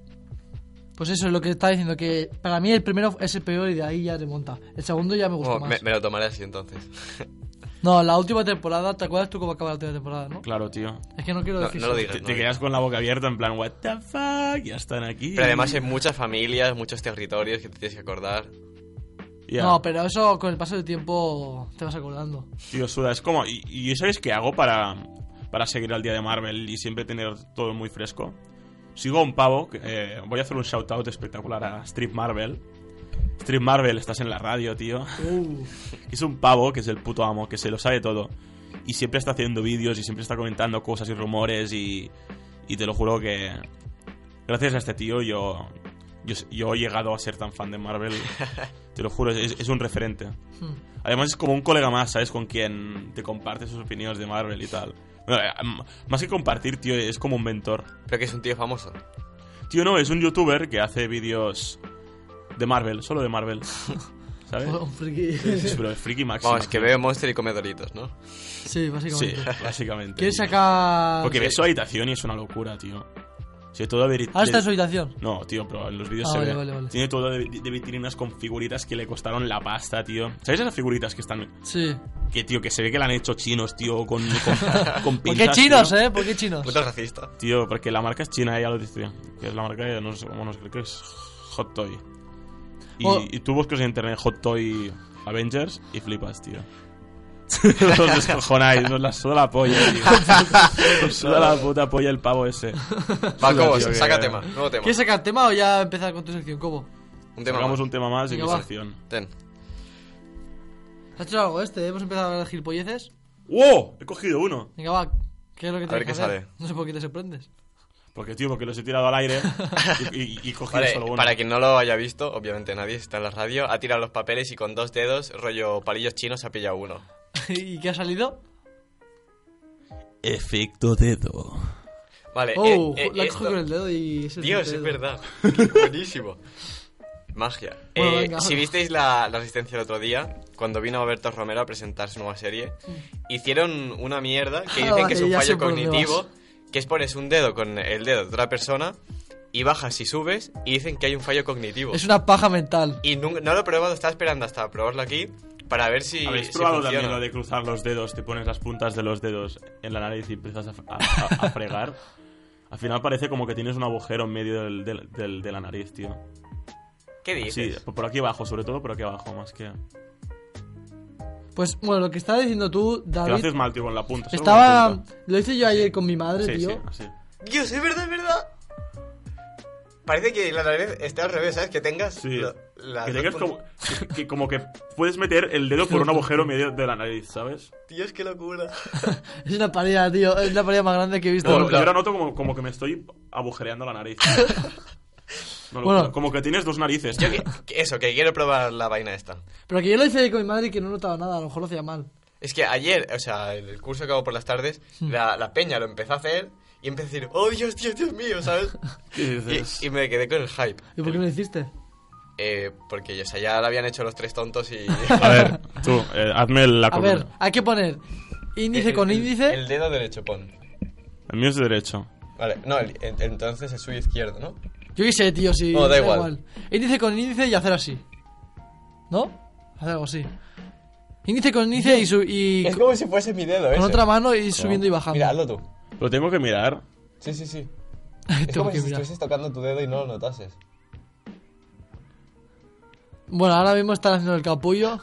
Speaker 1: Pues eso es lo que estaba diciendo, que para mí el primero es el peor y de ahí ya remonta. El segundo ya me gustó
Speaker 3: Oh,
Speaker 2: Bueno,
Speaker 1: más.
Speaker 2: Oh, me, me lo tomaré así entonces.
Speaker 1: No, la última temporada, ¿te acuerdas tú cómo acaba la última temporada, no?
Speaker 3: Claro, tío.
Speaker 1: Es que no quiero
Speaker 2: No,
Speaker 1: decir...
Speaker 2: no lo
Speaker 1: eso.
Speaker 2: digas.
Speaker 3: Te, te quedas con la boca abierta en plan, what the fuck, ya están aquí.
Speaker 2: Pero además hay muchas familias, muchos territorios que te tienes que acordar.
Speaker 3: Ya.
Speaker 1: No, pero eso con el paso del tiempo te vas acordando.
Speaker 3: Tío, suda, es como... ¿Y, y sabes qué hago para, para seguir al día de Marvel y siempre tener todo muy fresco? Sigo a un pavo, que, eh, voy a hacer un shout-out espectacular a Strip Marvel. Strip Marvel, estás en la radio, tío.
Speaker 1: Uh,
Speaker 3: Es un pavo que es el puto amo, que se lo sabe todo. Y siempre está haciendo vídeos y siempre está comentando cosas y rumores y... Y te lo juro que... Gracias a este tío yo... Yo, yo he llegado a ser tan fan
Speaker 1: [LAUGHS]
Speaker 3: de Marvel. Te lo juro, es- es un referente.
Speaker 1: hmm.
Speaker 3: Además es como un colega más, ¿sabes? Con quien te comparte sus opiniones de Marvel y tal. Bueno, eh, m- más que compartir, tío, es como un mentor.
Speaker 2: Pero que es un tío famoso.
Speaker 3: Tío, no, es un youtuber que hace vídeos de Marvel, solo de
Speaker 1: [LAUGHS]
Speaker 3: Marvel. ¿Sabes?
Speaker 1: Oh, Un friki. [LAUGHS]
Speaker 3: Sí, pero es friki máximo.
Speaker 2: Vamos, que veo Monster y come Doritos, ¿no?
Speaker 1: Sí,
Speaker 3: Sí,
Speaker 1: básicamente. Pues,
Speaker 3: básicamente.
Speaker 1: ¿Quieres sacar.
Speaker 3: Porque ves su habitación y es una locura, tío. Si todo de veri-
Speaker 1: Ahora está
Speaker 3: de-
Speaker 1: en Ah, su habitación.
Speaker 3: No, tío, pero en los vídeos
Speaker 1: Ah,
Speaker 3: se
Speaker 1: vale,
Speaker 3: ve.
Speaker 1: vale, vale.
Speaker 3: Tiene todo de, de vitrinas con figuritas que le costaron la pasta, tío. ¿Sabes esas figuritas que están.
Speaker 1: Sí.
Speaker 3: Que, tío, que se ve que la han hecho chinos, tío, con.
Speaker 1: [LAUGHS]
Speaker 3: con, con
Speaker 1: ¿Por qué
Speaker 3: pinzas,
Speaker 1: chinos,
Speaker 3: tío.
Speaker 1: eh? ¿Por qué chinos?
Speaker 2: Puto racista.
Speaker 3: Tío, porque la marca es china, eh, ya lo dice. Que es la marca, eh, no sé cómo nos creo que es Hot Toy. Y,
Speaker 1: Oh.
Speaker 3: y tú buscas en internet Hot Toy Avengers y
Speaker 2: [LAUGHS]
Speaker 3: flipas, tío. Los descojonáis, nos la suda la polla,
Speaker 2: [LAUGHS]
Speaker 3: tío. Nos suda la puta polla el pavo ese.
Speaker 2: Va,
Speaker 3: Suda,
Speaker 2: Cobos,
Speaker 3: tío, que-
Speaker 2: saca tema, nuevo tema.
Speaker 1: ¿Quieres sacar tema o ya empezar con tu sección? ¿Cómo?
Speaker 2: Un tema
Speaker 3: Sacamos
Speaker 2: más.
Speaker 3: un tema más y mi
Speaker 1: Venga, va.
Speaker 3: sección.
Speaker 2: Ten.
Speaker 1: ¿Has hecho algo este? eh? Hemos empezado a hablar de gilipolleces.
Speaker 3: ¡Wow! He cogido uno.
Speaker 1: Venga, va. ¿Qué es lo que tienes
Speaker 2: ver
Speaker 1: que
Speaker 2: qué
Speaker 1: hacer?
Speaker 2: sale.
Speaker 1: No sé por qué te sorprendes. [LAUGHS]
Speaker 3: Porque, tío, porque los he tirado
Speaker 2: [LAUGHS]
Speaker 3: al aire y, y- y he cogido
Speaker 2: Vale,
Speaker 3: solo uno.
Speaker 2: para quien no lo haya visto, obviamente nadie si está en la radio, ha tirado los papeles y con dos dedos, rollo palillos chinos, ha pillado uno.
Speaker 1: ¿Y qué ha salido?
Speaker 3: Efecto dedo.
Speaker 2: Vale,
Speaker 1: Oh,
Speaker 2: eh, eh,
Speaker 1: la he
Speaker 2: esto-
Speaker 1: cogido con el dedo y... es el [LAUGHS]
Speaker 2: Dios,
Speaker 1: dedo.
Speaker 2: es verdad. Qué Buenísimo. Magia.
Speaker 1: Bueno,
Speaker 2: Eh,
Speaker 1: venga.
Speaker 2: si visteis la, la resistencia el otro día, cuando vino Alberto Romero a presentar su nueva serie, hicieron una mierda que
Speaker 1: Ah,
Speaker 2: dicen que es
Speaker 1: vale,
Speaker 2: un
Speaker 1: Mm. ya sé
Speaker 2: fallo
Speaker 1: por dónde
Speaker 2: cognitivo, que es pones un dedo con el dedo de otra persona y bajas y subes y dicen que hay un fallo cognitivo.
Speaker 1: Es una paja mental.
Speaker 2: Y nunca- no lo he probado, estaba esperando hasta probarlo aquí para ver si,
Speaker 3: ¿Habéis
Speaker 2: si
Speaker 3: probado
Speaker 2: funciona.
Speaker 3: también lo de cruzar los dedos? Te pones las puntas de los dedos en la nariz y empiezas a, a- a- a fregar. Al final parece como que tienes un agujero en medio del- del- del- de la nariz, tío.
Speaker 2: ¿Qué
Speaker 3: Sí,
Speaker 2: dices?
Speaker 3: por por aquí abajo, sobre todo por aquí abajo, más que...
Speaker 1: Pues, bueno, lo que estaba diciendo tú,
Speaker 3: Que lo
Speaker 1: David...
Speaker 3: haces mal, tío, con la punta. solo con la
Speaker 1: Estaba...
Speaker 3: punta.
Speaker 1: Lo hice yo ayer con mi madre,
Speaker 3: Sí,
Speaker 1: tío.
Speaker 3: sí, así.
Speaker 2: Dios, es verdad, es verdad. Parece que la nariz está al revés, ¿sabes? Que tengas
Speaker 3: Sí.
Speaker 2: la- las
Speaker 3: que
Speaker 2: dos
Speaker 3: tengas como
Speaker 2: puntas.
Speaker 3: que, que como que puedes meter el dedo por un agujero en medio de la
Speaker 1: [LAUGHS]
Speaker 3: nariz, ¿sabes?
Speaker 2: Dios, qué locura.
Speaker 1: Es una pareja, tío. Es la pareja más grande que he visto.
Speaker 3: Como-
Speaker 1: nunca.
Speaker 3: Yo ahora noto como, como que me estoy agujereando
Speaker 1: [LAUGHS]
Speaker 3: la nariz. tío. No lo
Speaker 1: Bueno.
Speaker 3: creo. como que tienes dos narices.
Speaker 2: Yo
Speaker 3: tío.
Speaker 2: que- que eso, que quiero probar la vaina esta.
Speaker 1: Pero que yo lo hice ayer con mi madre y que no notaba nada. A lo mejor lo hacía mal.
Speaker 2: Es que ayer, o sea, el el curso que hago por las tardes,
Speaker 3: Hmm.
Speaker 2: la, la peña lo empezó a hacer y empecé a decir, oh Dios, Dios, Dios mío,
Speaker 3: [LAUGHS]
Speaker 2: ¿sabes?
Speaker 3: ¿Qué dices?
Speaker 2: Y, y me quedé con el hype.
Speaker 1: ¿Y por qué no lo hiciste?
Speaker 2: Eh, porque, o sea, ya lo habían hecho los tres tontos y...
Speaker 3: [LAUGHS] A ver, tú, eh, hazme la
Speaker 1: A
Speaker 3: columna.
Speaker 1: ver, hay que poner índice
Speaker 2: El-
Speaker 1: con
Speaker 2: el-
Speaker 1: índice.
Speaker 2: [LAUGHS] El dedo derecho, pon.
Speaker 3: El mío es de derecho.
Speaker 2: Vale, no, el- el- entonces el suyo izquierdo, ¿no?
Speaker 1: Yo qué sé, tío, si.
Speaker 2: No, da igual.
Speaker 1: Índice con índice y hacer así. ¿No? Hacer algo así. Índice con índice y, su- y
Speaker 2: Es
Speaker 1: con
Speaker 2: como si fuese mi dedo, ese.
Speaker 1: otra mano y subiendo y bajando.
Speaker 2: Mira,
Speaker 1: [LAUGHS]
Speaker 2: hazlo tú.
Speaker 3: Lo tengo que mirar.
Speaker 2: Sí, sí, sí. Es
Speaker 1: Tengo
Speaker 2: como
Speaker 1: que
Speaker 2: si
Speaker 1: mirar.
Speaker 2: estuvieses tocando tu dedo y no lo notases.
Speaker 1: Bueno, ahora mismo están haciendo el capullo.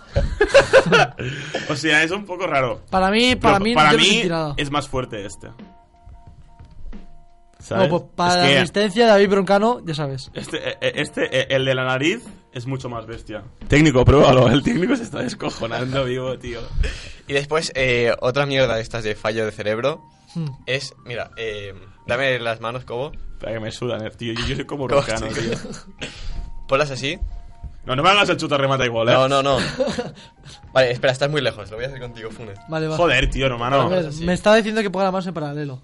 Speaker 3: O sea, es un poco raro.
Speaker 1: Para mí, para
Speaker 3: Pero
Speaker 1: mí,
Speaker 3: para
Speaker 1: yo no
Speaker 3: mí
Speaker 1: estoy tirado.
Speaker 3: es más fuerte este. ¿Sabes?
Speaker 1: No, pues para la
Speaker 3: Es que
Speaker 1: resistencia de David Broncano, ya sabes.
Speaker 3: este, eh, eh, este, eh, el de la nariz, es mucho más bestia. Técnico, pruébalo. El técnico se está descojonando vivo, tío.
Speaker 2: Y después, eh, otra mierda de estas de fallo de cerebro
Speaker 1: Hmm.
Speaker 2: es... Mira, eh, dame las manos, Cobo.
Speaker 3: Para que me sudan, eh, tío. Yo, yo
Speaker 2: [LAUGHS]
Speaker 3: soy como
Speaker 2: Cobo,
Speaker 3: rocano,
Speaker 2: sí.
Speaker 3: tío.
Speaker 2: Ponlas así.
Speaker 3: No, no me hagas el chuta remata igual, eh.
Speaker 2: No, no,
Speaker 1: [LAUGHS]
Speaker 2: no. Vale, espera, estás muy lejos. Lo voy a hacer contigo, Funes.
Speaker 1: Vale, va.
Speaker 3: Joder, tío,
Speaker 1: A
Speaker 3: hermano.
Speaker 1: ver,
Speaker 2: así.
Speaker 1: me estaba diciendo que ponga la mano en paralelo.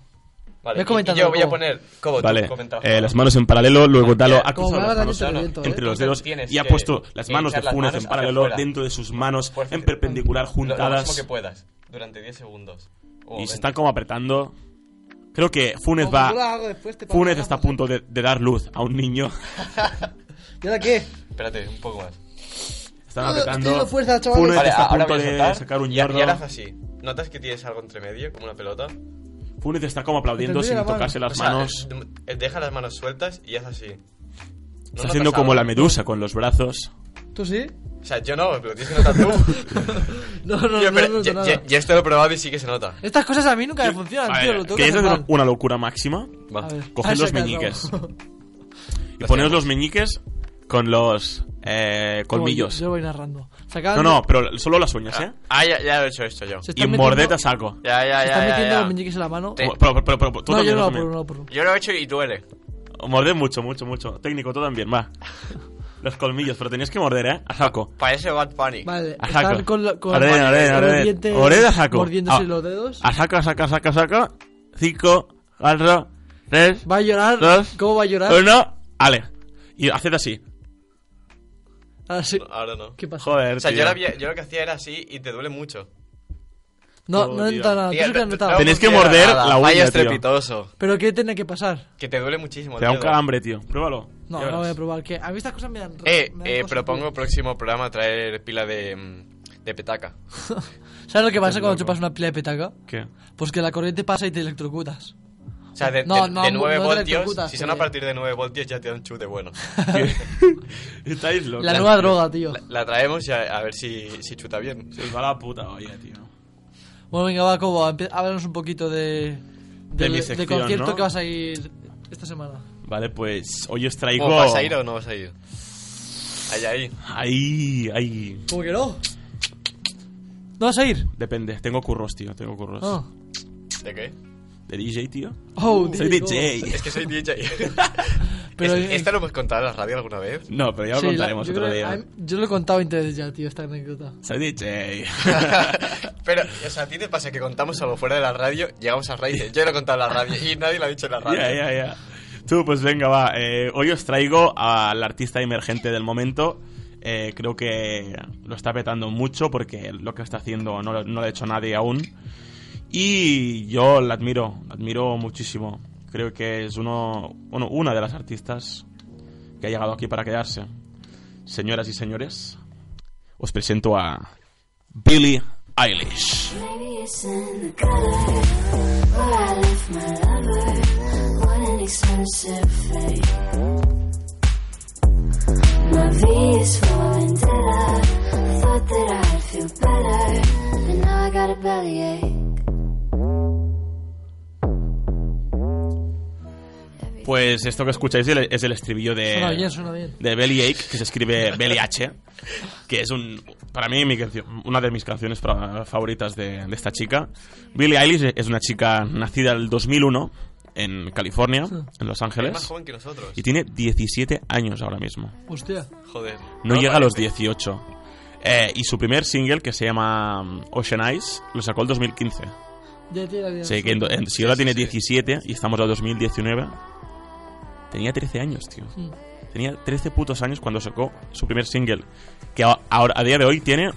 Speaker 2: Vale,
Speaker 1: Ve
Speaker 2: y- y
Speaker 1: comentando,
Speaker 2: yo voy a
Speaker 1: Cobo.
Speaker 2: poner... Cobo, tú
Speaker 3: Vale,
Speaker 2: comenta.
Speaker 3: eh, las manos en paralelo, luego Dalo ha
Speaker 1: Ah, Como
Speaker 3: cruzado
Speaker 1: me
Speaker 3: las
Speaker 1: haga
Speaker 3: manos
Speaker 1: Dani, te
Speaker 2: no, no,
Speaker 1: reviento, ¿eh?
Speaker 3: entre los
Speaker 2: Entonces
Speaker 3: dedos
Speaker 2: tienes
Speaker 3: y ha
Speaker 2: que-
Speaker 3: puesto las
Speaker 2: que
Speaker 3: manos de
Speaker 2: echar las
Speaker 3: Funes
Speaker 2: manos
Speaker 3: en
Speaker 2: hacia
Speaker 3: paralelo
Speaker 2: afuera.
Speaker 3: dentro de sus manos
Speaker 2: Fuerza,
Speaker 3: en perpendicular
Speaker 2: Lo, lo máximo que
Speaker 3: juntadas
Speaker 2: puedas. Durante 10 segundos. O
Speaker 3: y
Speaker 2: 20.
Speaker 3: se están como apretando. Creo que Funes
Speaker 1: Como yo la
Speaker 3: va.
Speaker 1: hago después, te pongo
Speaker 3: Funes
Speaker 1: la
Speaker 3: está a
Speaker 1: mano.
Speaker 3: punto de, de dar luz a
Speaker 1: [LAUGHS]
Speaker 3: un niño.
Speaker 1: ¿Y ahora qué?
Speaker 2: Espérate, un poco más.
Speaker 3: Están
Speaker 1: Ah, estoy
Speaker 3: apretando.
Speaker 1: de fuerza, chavales.
Speaker 3: Funes
Speaker 2: Vale,
Speaker 3: está a
Speaker 2: ahora
Speaker 3: punto
Speaker 2: voy a
Speaker 3: de
Speaker 2: soltar.
Speaker 3: sacar un
Speaker 2: y, a- y ahora haz
Speaker 3: hierro.
Speaker 2: así. ¿Notas que tienes algo entre medio, como una pelota?
Speaker 3: Funes está como aplaudiendo
Speaker 1: Entendí
Speaker 3: sin
Speaker 1: la mano.
Speaker 3: tocarse
Speaker 2: O
Speaker 3: las
Speaker 2: sea,
Speaker 3: manos.
Speaker 2: eh, eh, deja las manos sueltas y haz así. No
Speaker 3: Está
Speaker 2: notas
Speaker 3: haciendo como
Speaker 2: algo.
Speaker 3: la medusa con los brazos.
Speaker 1: ¿Tú sí? [LAUGHS]
Speaker 2: O sea, yo no, pero tienes que notar tú.
Speaker 3: [LAUGHS]
Speaker 1: No, no,
Speaker 2: Tío,
Speaker 1: no,
Speaker 2: pero
Speaker 1: no, noto
Speaker 2: ya-
Speaker 1: nada.
Speaker 2: ya- ya esto lo he probado y sí que se nota.
Speaker 1: Estas cosas a mí nunca me funcionan,
Speaker 3: A
Speaker 1: tío.
Speaker 3: ver,
Speaker 1: Lo tengo que
Speaker 3: ¿Queréis
Speaker 1: hacer
Speaker 3: hacer
Speaker 1: mal.
Speaker 3: una locura máxima?
Speaker 2: Va.
Speaker 1: A ver, Ah,
Speaker 3: Coged los
Speaker 1: saca el [LAUGHS]
Speaker 3: meñiques.
Speaker 1: rabo.
Speaker 3: Y poneos los meñiques con los eh, colmillos.
Speaker 1: Yo, yo voy narrando. Sacad-
Speaker 3: No, no, pero solo las uñas, ¿eh?
Speaker 2: Ah, ya, ya lo he hecho esto yo.
Speaker 1: Se
Speaker 3: Y
Speaker 1: están metiendo-
Speaker 3: mordete a saco.
Speaker 2: Ya, ya,
Speaker 1: Se están
Speaker 2: ya. ya,
Speaker 1: metiendo
Speaker 2: ya.
Speaker 1: los meñiques en la mano.
Speaker 2: Te-
Speaker 3: Pero, pero, pero, pero tú
Speaker 1: No, yo no,
Speaker 3: también, tú
Speaker 1: lo
Speaker 3: también.
Speaker 1: pruebo, no lo pruebo.
Speaker 2: Yo lo he hecho y duele.
Speaker 3: Morded mucho, mucho, mucho. Técnico, tú también, va. Los colmillos, pero tenías que morder, ¿eh? A saco.
Speaker 2: Parece Bad Bunny.
Speaker 1: Vale,
Speaker 3: A saco.
Speaker 1: están con, la- con,
Speaker 3: Orden,
Speaker 1: con
Speaker 3: orden,
Speaker 1: los
Speaker 3: orden.
Speaker 1: dientes
Speaker 3: Orden a saco.
Speaker 1: mordiéndose
Speaker 3: Ah.
Speaker 1: los dedos.
Speaker 3: A saco, a saco, a saco, a saco. Cinco, cuatro, tres,
Speaker 1: Va a llorar.
Speaker 3: Dos.
Speaker 1: ¿Cómo va a llorar?
Speaker 3: uno. Ale. Y haced así.
Speaker 1: Ahora sí.
Speaker 2: No, Ahora no.
Speaker 1: ¿Qué pasa?
Speaker 3: Joder,
Speaker 2: O sea,
Speaker 3: tío.
Speaker 2: yo, la vi- yo lo que hacía era así y te duele mucho.
Speaker 1: No,
Speaker 3: Oh,
Speaker 1: no
Speaker 3: tío.
Speaker 1: entra nada. Tú
Speaker 2: Tía,
Speaker 1: sí que has
Speaker 2: no-
Speaker 1: notado.
Speaker 2: no
Speaker 3: Tenéis que
Speaker 2: funciona
Speaker 3: morder
Speaker 2: nada.
Speaker 3: la uña,
Speaker 2: Fallo
Speaker 3: tío.
Speaker 2: estrepitoso.
Speaker 1: Pero ¿qué tiene que pasar?
Speaker 2: Que te duele muchísimo. el
Speaker 3: Te da un
Speaker 2: dedo.
Speaker 3: calambre, tío. Pruébalo.
Speaker 1: No,
Speaker 3: Ya
Speaker 1: no lo voy a
Speaker 3: verás.
Speaker 1: probar. Que a mí estas cosas me dan.
Speaker 2: Eh,
Speaker 1: me dan
Speaker 2: eh,
Speaker 1: cosas
Speaker 2: propongo
Speaker 1: muy-
Speaker 2: próximo programa traer pila de, mm, de petaca.
Speaker 1: ¿Sabes lo que pasa
Speaker 3: Es
Speaker 1: cuando
Speaker 3: loco.
Speaker 1: chupas una pila de petaca?
Speaker 3: ¿Qué? [LAUGHS]
Speaker 1: Pues que la corriente pasa y te electrocutas.
Speaker 2: O sea, de,
Speaker 1: No,
Speaker 2: de-
Speaker 1: no,
Speaker 2: de 9
Speaker 1: no te
Speaker 2: voltios,
Speaker 1: electrocutas,
Speaker 2: si son a
Speaker 1: eh.
Speaker 2: partir de 9 voltios ya te da un chute bueno.
Speaker 3: ¿Qué? Estáis locos.
Speaker 1: La nueva droga, tío.
Speaker 2: La, la traemos y a, a ver si, si chuta bien.
Speaker 3: Se os va la puta olla, tío.
Speaker 1: Bueno, venga, va, Cobo, empie- háblanos un poquito de.
Speaker 3: De mi sección,
Speaker 1: concierto
Speaker 3: ¿no?
Speaker 1: que vas a ir esta semana.
Speaker 3: Vale, pues hoy os traigo.
Speaker 2: ¿Cómo, ¿Vas a ir o no vas a ir? Ahí, ahí.
Speaker 3: Ahí, ahí.
Speaker 1: ¿Cómo que no? ¿No vas a ir?
Speaker 3: Depende, tengo curros, tío. Tengo curros.
Speaker 1: Ah.
Speaker 2: ¿De qué?
Speaker 3: ¿De DJ, tío?
Speaker 1: Oh,
Speaker 3: Soy
Speaker 1: tío,
Speaker 3: DJ.
Speaker 2: Es que soy DJ.
Speaker 1: [LAUGHS] Pero-
Speaker 2: Pero, ¿Esta lo hemos contado en la radio alguna vez?
Speaker 3: [LAUGHS] No, pero
Speaker 1: Cobo. Sí,
Speaker 3: ya lo
Speaker 1: la-
Speaker 3: contaremos
Speaker 1: yo,
Speaker 3: otro
Speaker 1: creo-
Speaker 3: día.
Speaker 1: a- yo lo he contado 20 veces ya, tío, esta anécdota.
Speaker 3: Soy DJ.
Speaker 2: Pero, o sea, a ti te pasa que contamos algo fuera de la radio, llegamos a raíces. Yo lo he contado en la radio y nadie lo ha dicho en la radio.
Speaker 3: Ya, ya, ya. Tú, pues venga, va. Eh, hoy os traigo al artista emergente del momento. Eh, creo que lo está petando mucho porque lo que está haciendo no, lo- no lo ha hecho nadie aún. Y yo la admiro, la admiro muchísimo. Creo que es uno, bueno, una de las artistas que ha llegado aquí para quedarse. Señoras y señores, os presento a Billie Eilish.
Speaker 4: Maybe it's in the color where I left my lover. What an expensive fate. My V is for vendetta. I thought that I'd feel better, but now I got a bellyache.
Speaker 3: Pues esto que escucháis es el- es el estribillo de...
Speaker 1: Suena bien, suena bien.
Speaker 3: de Belly Ache, que se escribe Belly H, que es un, para mí mi canción- una de mis canciones pra- favoritas de, de esta chica. Billie Eilish es una chica nacida el 2001 en California, en Los
Speaker 2: Es más
Speaker 3: Ángeles,
Speaker 2: joven que nosotros.
Speaker 3: y tiene 17 años ahora mismo.
Speaker 1: Hostia.
Speaker 2: Joder.
Speaker 3: No
Speaker 2: me
Speaker 3: llega a los
Speaker 2: parece.
Speaker 3: 18. Eh, y su primer single, que se llama mm, Ocean Eyes, lo sacó el 2015.
Speaker 1: Ya tiene la vida.
Speaker 3: Sí, que en do- en- si ahora tiene 17 y estamos a 2019, tenía 13 años, tío.
Speaker 1: Mm.
Speaker 3: Tenía 13 putos años cuando sacó su primer single, que a- ahora a día de hoy tiene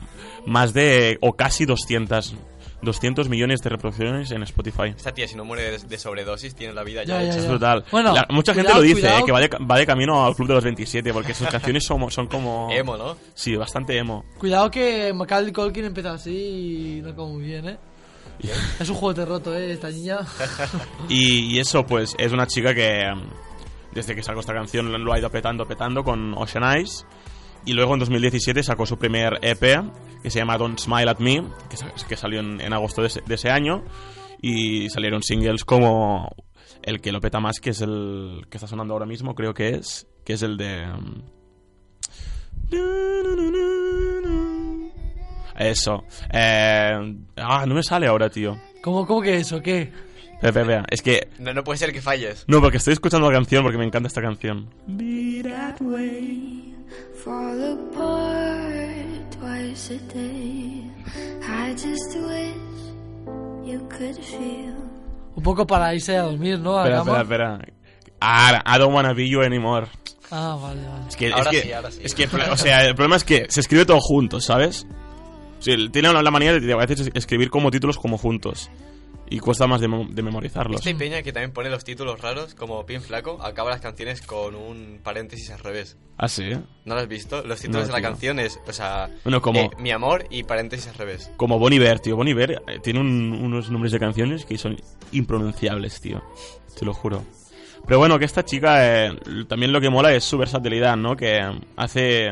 Speaker 3: más de o casi 200 200 millones de reproducciones en Spotify.
Speaker 2: Esta tía, si no muere de, de sobredosis, tiene la vida ya,
Speaker 1: Ya, ya,
Speaker 2: hecha.
Speaker 3: Es brutal.
Speaker 1: Bueno,
Speaker 3: La- mucha gente
Speaker 1: cuidado,
Speaker 3: lo dice,
Speaker 1: cuidado.
Speaker 3: eh, que va de, ca- va de camino al club de los 27, porque sus [LAUGHS] canciones son, son como.
Speaker 2: Emo, ¿no?
Speaker 3: Sí, bastante emo.
Speaker 1: Cuidado que Macaulay Culkin empieza así y no como muy bien,
Speaker 3: [LAUGHS]
Speaker 1: ¿eh? Es un juguete roto, ¿eh? Esta niña.
Speaker 3: Y, y eso, pues, es una chica que mm, desde que sacó esta canción lo ha ido petando, petando con Ocean Eyes. Y luego en 2017 sacó su primer EP, que se llama Don't Smile at Me, que, sa- que salió en, en agosto de ese, de ese año. Y salieron singles como el que lo peta más, que es el que está sonando ahora mismo, creo que es, que es el de... mm, Eso. Eh, ah, no me sale ahora, tío.
Speaker 1: ¿Cómo, cómo que eso? ¿Qué?
Speaker 3: Espera, espera, espera. Es que
Speaker 2: No, no puede ser que falles.
Speaker 3: no, porque estoy escuchando la canción porque me encanta esta canción.
Speaker 4: Fall apart twice a day. I just wish you could feel.
Speaker 1: Un poco para irse a dormir, ¿no? A la
Speaker 3: Espera, espera,
Speaker 1: cama.
Speaker 3: espera. Ahora, I don't wanna be you anymore.
Speaker 1: Ah, vale, vale.
Speaker 3: Es que,
Speaker 2: Ahora
Speaker 3: es que,
Speaker 2: sí, ahora sí.
Speaker 3: es que, o sea, el problema es que se escribe todo juntos, ¿sabes? Sí, el- tiene la la manía de, de a veces escribir como títulos como juntos. Y cuesta más de, mem- de memorizarlos.
Speaker 2: Este Peña que también pone los títulos raros, como Pin Flaco, acaba las canciones con un paréntesis al revés.
Speaker 3: Ah, sí.
Speaker 2: ¿No lo has visto? Los títulos
Speaker 3: No,
Speaker 2: de la
Speaker 3: tío.
Speaker 2: canción es, o sea,
Speaker 3: Bueno, como-
Speaker 2: eh, Mi amor y paréntesis al
Speaker 3: [LAUGHS]
Speaker 2: revés.
Speaker 3: Como Bon Iver, tío. Bon Iver eh, tiene un- unos nombres de canciones que son impronunciables, tío. Te lo juro. Pero bueno, que esta chica eh, también lo que mola es su versatilidad, ¿no? Que hace...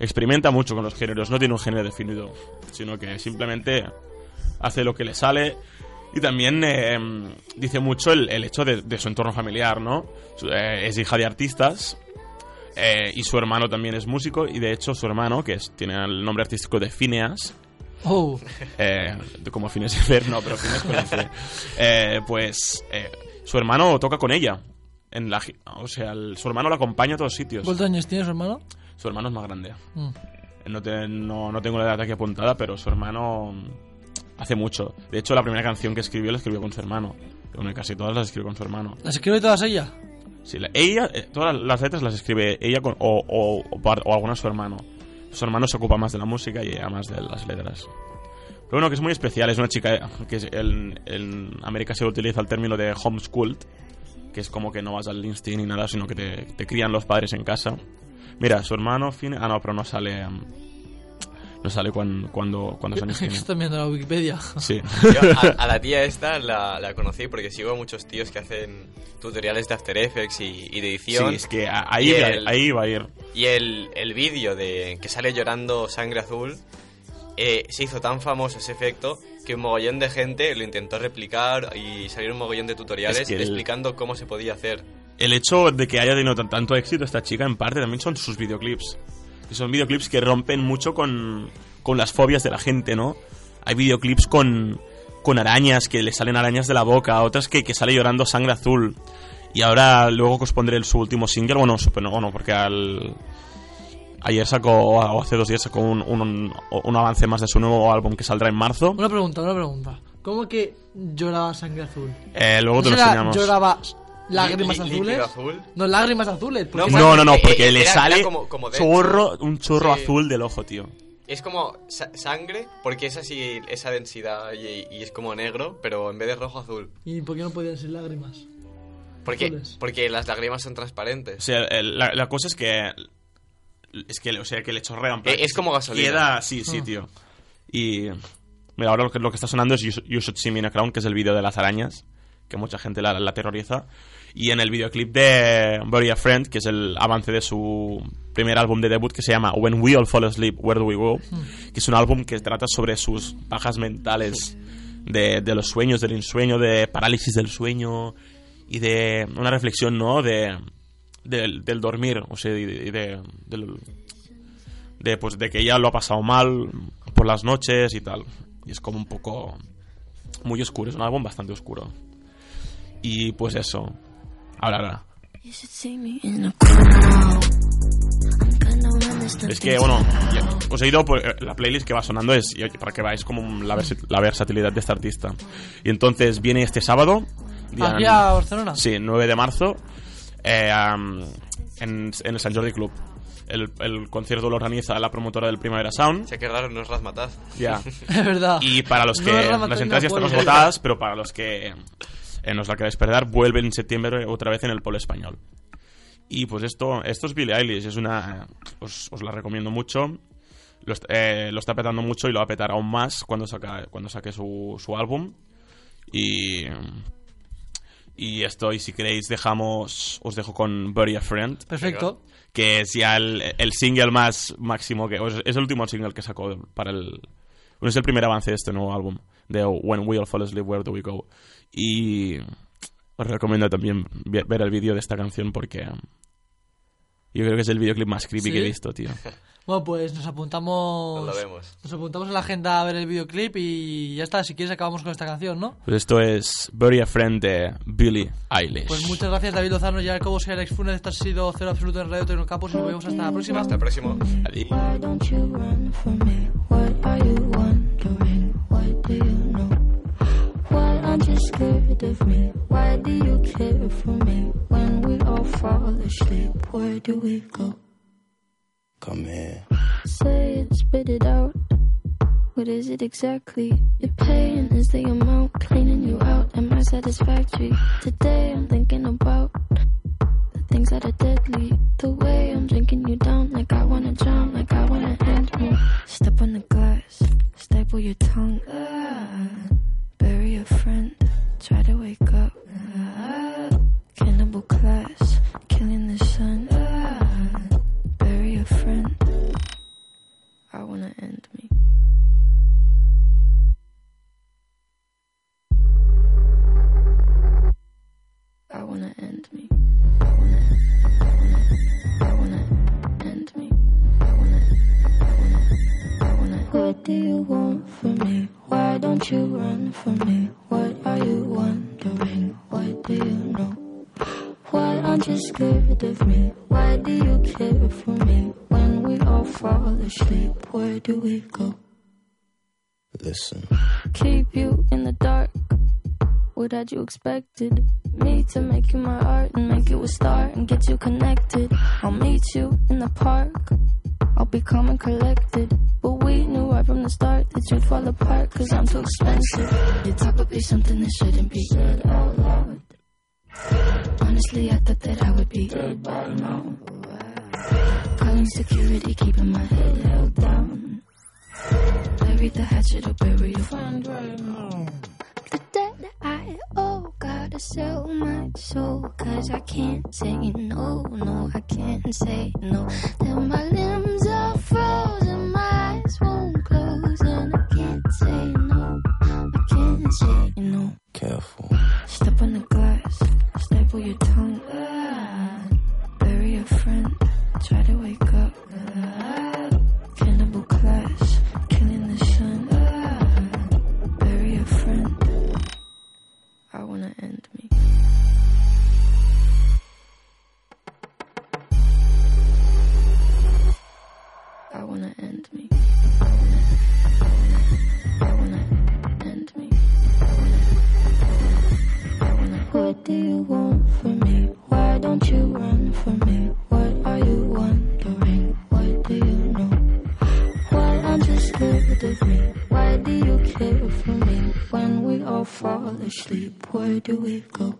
Speaker 3: Experimenta mucho con los géneros. No tiene un género definido. Sino que simplemente hace lo que le sale. Y también eh, dice mucho el, el hecho de, de su entorno familiar, ¿no? Su- eh, es hija de artistas. eh, y su hermano también es músico. Y de hecho su hermano, que es- tiene el nombre artístico de Phineas,
Speaker 1: Oh,
Speaker 3: eh, como fines de ver, no, pero fines con F. Eh, pues eh, su hermano toca con ella. En la, gi- o sea, el- su hermano la acompaña a todos sitios.
Speaker 1: ¿cuántos años tienes, hermano?
Speaker 3: Su hermano es más grande. Eh,
Speaker 1: Mm.
Speaker 3: No, te- no, no tengo la edad aquí apuntada, pero su hermano mm, hace mucho. De hecho, la primera canción que escribió la escribió con su hermano. Bueno, y casi todas las escribió con su hermano.
Speaker 1: ¿Las escribe todas ella?
Speaker 3: Sí, la- ella, eh, todas las letras las escribe ella con, o, o- o par- o algunas su hermano. Su hermano se ocupa más de la música y ella más de las letras. Pero bueno, que es muy especial, es una chica eh, que es- en, en América se utiliza el término de homeschooled, que es como que no vas al instinto ni nada, sino que te, te crían los padres en casa. Mira, su hermano Finn... Ah, no, pero no sale... em, No sale cuan- cuando,
Speaker 2: [LAUGHS]
Speaker 3: cuando
Speaker 1: [LAUGHS]
Speaker 3: es
Speaker 1: Que
Speaker 3: Einstein.
Speaker 1: Están viendo la Wikipedia.
Speaker 3: Sí.
Speaker 2: Yo a, a la tía esta la, la conocí porque sigo a muchos tíos que hacen tutoriales de After Effects y, y de
Speaker 3: Sí,
Speaker 2: edición.
Speaker 3: es que a- ahí,
Speaker 2: Y
Speaker 3: va-
Speaker 2: el-
Speaker 3: ahí va a ir.
Speaker 2: Y el, el vídeo de que sale llorando sangre azul eh, se hizo tan famoso ese efecto que un mogollón de gente lo intentó replicar y salieron un mogollón de tutoriales
Speaker 3: Es que el-
Speaker 2: explicando cómo se podía hacer.
Speaker 3: El hecho de que haya tenido tan- tanto éxito esta chica, en parte, también son sus videoclips. Que son videoclips que rompen mucho con, con las fobias de la gente, ¿no? Hay videoclips con, con arañas, que le salen arañas de la boca, otras que, que sale llorando sangre azul. Y ahora luego que os pondré el- su último single, bueno, su- no, no, porque al, ayer sacó, o hace dos días sacó un, un- un avance más de su nuevo álbum que saldrá en marzo.
Speaker 1: Una pregunta, una pregunta. ¿cómo que lloraba sangre azul?
Speaker 3: Eh, luego
Speaker 1: ¿No
Speaker 3: te lo
Speaker 1: será
Speaker 3: enseñamos.
Speaker 1: lloraba lágrimas
Speaker 2: Lí- lí-
Speaker 1: azules?
Speaker 2: líquido azul.
Speaker 1: No, lágrimas azules.
Speaker 2: No,
Speaker 1: porque-
Speaker 2: pues,
Speaker 3: No, no, no,
Speaker 2: eh,
Speaker 3: porque
Speaker 2: eh,
Speaker 3: le
Speaker 2: era- era
Speaker 3: sale
Speaker 2: como- como denso.
Speaker 3: chorro, un chorro
Speaker 2: Sí.
Speaker 3: azul del ojo, tío.
Speaker 2: Es como sa- sangre, porque es así esa densidad y, y es como negro, pero en vez de rojo, azul.
Speaker 1: ¿Y por qué no podían ser lágrimas? [LAUGHS]
Speaker 2: Porque,
Speaker 1: Azules.
Speaker 2: porque las lágrimas son
Speaker 3: O
Speaker 2: transparentes.
Speaker 3: sea, el- la, la cosa es que. Es que, le- o sea, que le chorrean.
Speaker 2: Eh, es como gasolina.
Speaker 3: Queda, sí, sí,
Speaker 1: Ah.
Speaker 3: tío. Y. Mira, ahora lo que, lo que está sonando es You, Should- You Should See Me in a Crown, que es el vídeo de las arañas, que mucha gente la, la terroriza. Y en el videoclip de Bury a Friend, que es el avance de su primer álbum de debut, que se llama When We All Fall Asleep, Where Do We Go? Que es un álbum que trata sobre sus bajas mentales, de, de los sueños, del ensueño, de parálisis del sueño, y de una reflexión, ¿no? De, del, del dormir, o sea, y de, y de- del- de, pues, de que ya lo ha pasado mal por las noches y tal. Y es como un poco muy oscuro, es un álbum bastante oscuro. Y pues eso. Ahora, ahora.
Speaker 4: You should see me in a crowd. I'm gonna run this
Speaker 3: Es que, bueno, ya- os he ido por eh, la playlist que va sonando, es y para que veáis como la, versi- la versatilidad de este artista. Y entonces viene este sábado. día-
Speaker 1: ¿Aquí a Barcelona?
Speaker 3: Sí, 9 de marzo, eh, am, en, en el San Jordi Club. El, el concierto lo organiza la promotora del Primavera Sound.
Speaker 2: Se quedaron unos rasmataz.
Speaker 3: Ya.
Speaker 1: Es verdad.
Speaker 3: Y para los que
Speaker 1: No, Rafa,
Speaker 3: las
Speaker 1: tú
Speaker 3: entradas ya
Speaker 1: no
Speaker 3: están
Speaker 1: puedes.
Speaker 3: agotadas, pero para los que eh, no os la queráis perder, vuelve en septiembre otra vez en el Polo Español. Y pues esto, esto es Billie Eilish, es una, os, os la recomiendo mucho. Lo, est- eh, lo está petando mucho y lo va a petar aún más cuando, saca, cuando saque su, su álbum. Y, y esto, y si queréis, dejamos, os dejo con Bury a Friend
Speaker 1: Perfecto.
Speaker 3: que es ya el, el single más máximo que o es, es el último single que sacó para el bueno, es el primer avance de este nuevo álbum de When We All Fall Asleep Where Do We Go y os recomiendo también vi- ver el vídeo de esta canción porque yo creo que es el videoclip más creepy
Speaker 1: ¿Sí?
Speaker 3: que he visto tío
Speaker 1: Bueno, pues nos apuntamos.
Speaker 2: Nos lo vemos.
Speaker 1: Nos apuntamos en la agenda a ver el videoclip y ya está. Si quieres, acabamos con esta canción, ¿no?
Speaker 3: pues esto es Bury a Friend de Billie Eilish
Speaker 1: Pues muchas gracias, David Lozano, Jacobo, soy Alex Funes. Esto ha sido Cero Absoluto en Radio Tecnocampus y nos vemos hasta la próxima.
Speaker 2: Hasta el próximo.
Speaker 3: Adiós.
Speaker 4: Why don't you run from me? What are you wondering? What do you know? Why aren't you scared of me? Why do you care for me? When we all fall asleep, where do we go?
Speaker 5: Come here.
Speaker 4: Say it, spit it out. What is it exactly? Your pain is the amount cleaning you out. Am I satisfactory? Today I'm thinking about the things that are deadly. The way I'm drinking you down, like I wanna drown, like I wanna end me. Step on the glass, staple your tongue. Ah, bury a friend, try to wake up. Ah, cannibal class, killing the sun. Ah, bury a friend. I wanna end me. I wanna end me. I wanna. I wanna. I wanna end me. I wanna. I wanna. I wanna. What do you want from me? Why don't you run from me? What are you wondering? What do you know? Why aren't you scared of me? Why do you care for me? When we all fall asleep, where do we go?
Speaker 5: Listen.
Speaker 4: Keep you in the dark. What had you expected? Me to make you my art and make you a star and get you connected. I'll meet you in the park. I'll be calm and collected. But we knew right from the start that you'd fall apart, cause I'm too expensive. You're probably something that shouldn't be said out loud. Honestly, I thought that I would be dead by now. Calling security, keeping my head held down. Bury the hatchet or bury your friend right now. The debt that I owe, gotta sell my soul. Cause I can't say no, no, I can't say no. Then my limbs are frozen, my eyes won't close. And I can't say no, I can't say no.
Speaker 5: Careful.
Speaker 4: Step on the glass, staple your tongue. Ah, bury a friend, try to wake up. Ah, cannibal clash, killing the sun. Ah, bury a friend. I wanna end me. I wanna end me. I wanna end me. What do you want from me? Why don't you run from me? What are you wondering? What do you know? Why aren't you scared of me? Why do you care for me? When we all fall asleep, where do we go?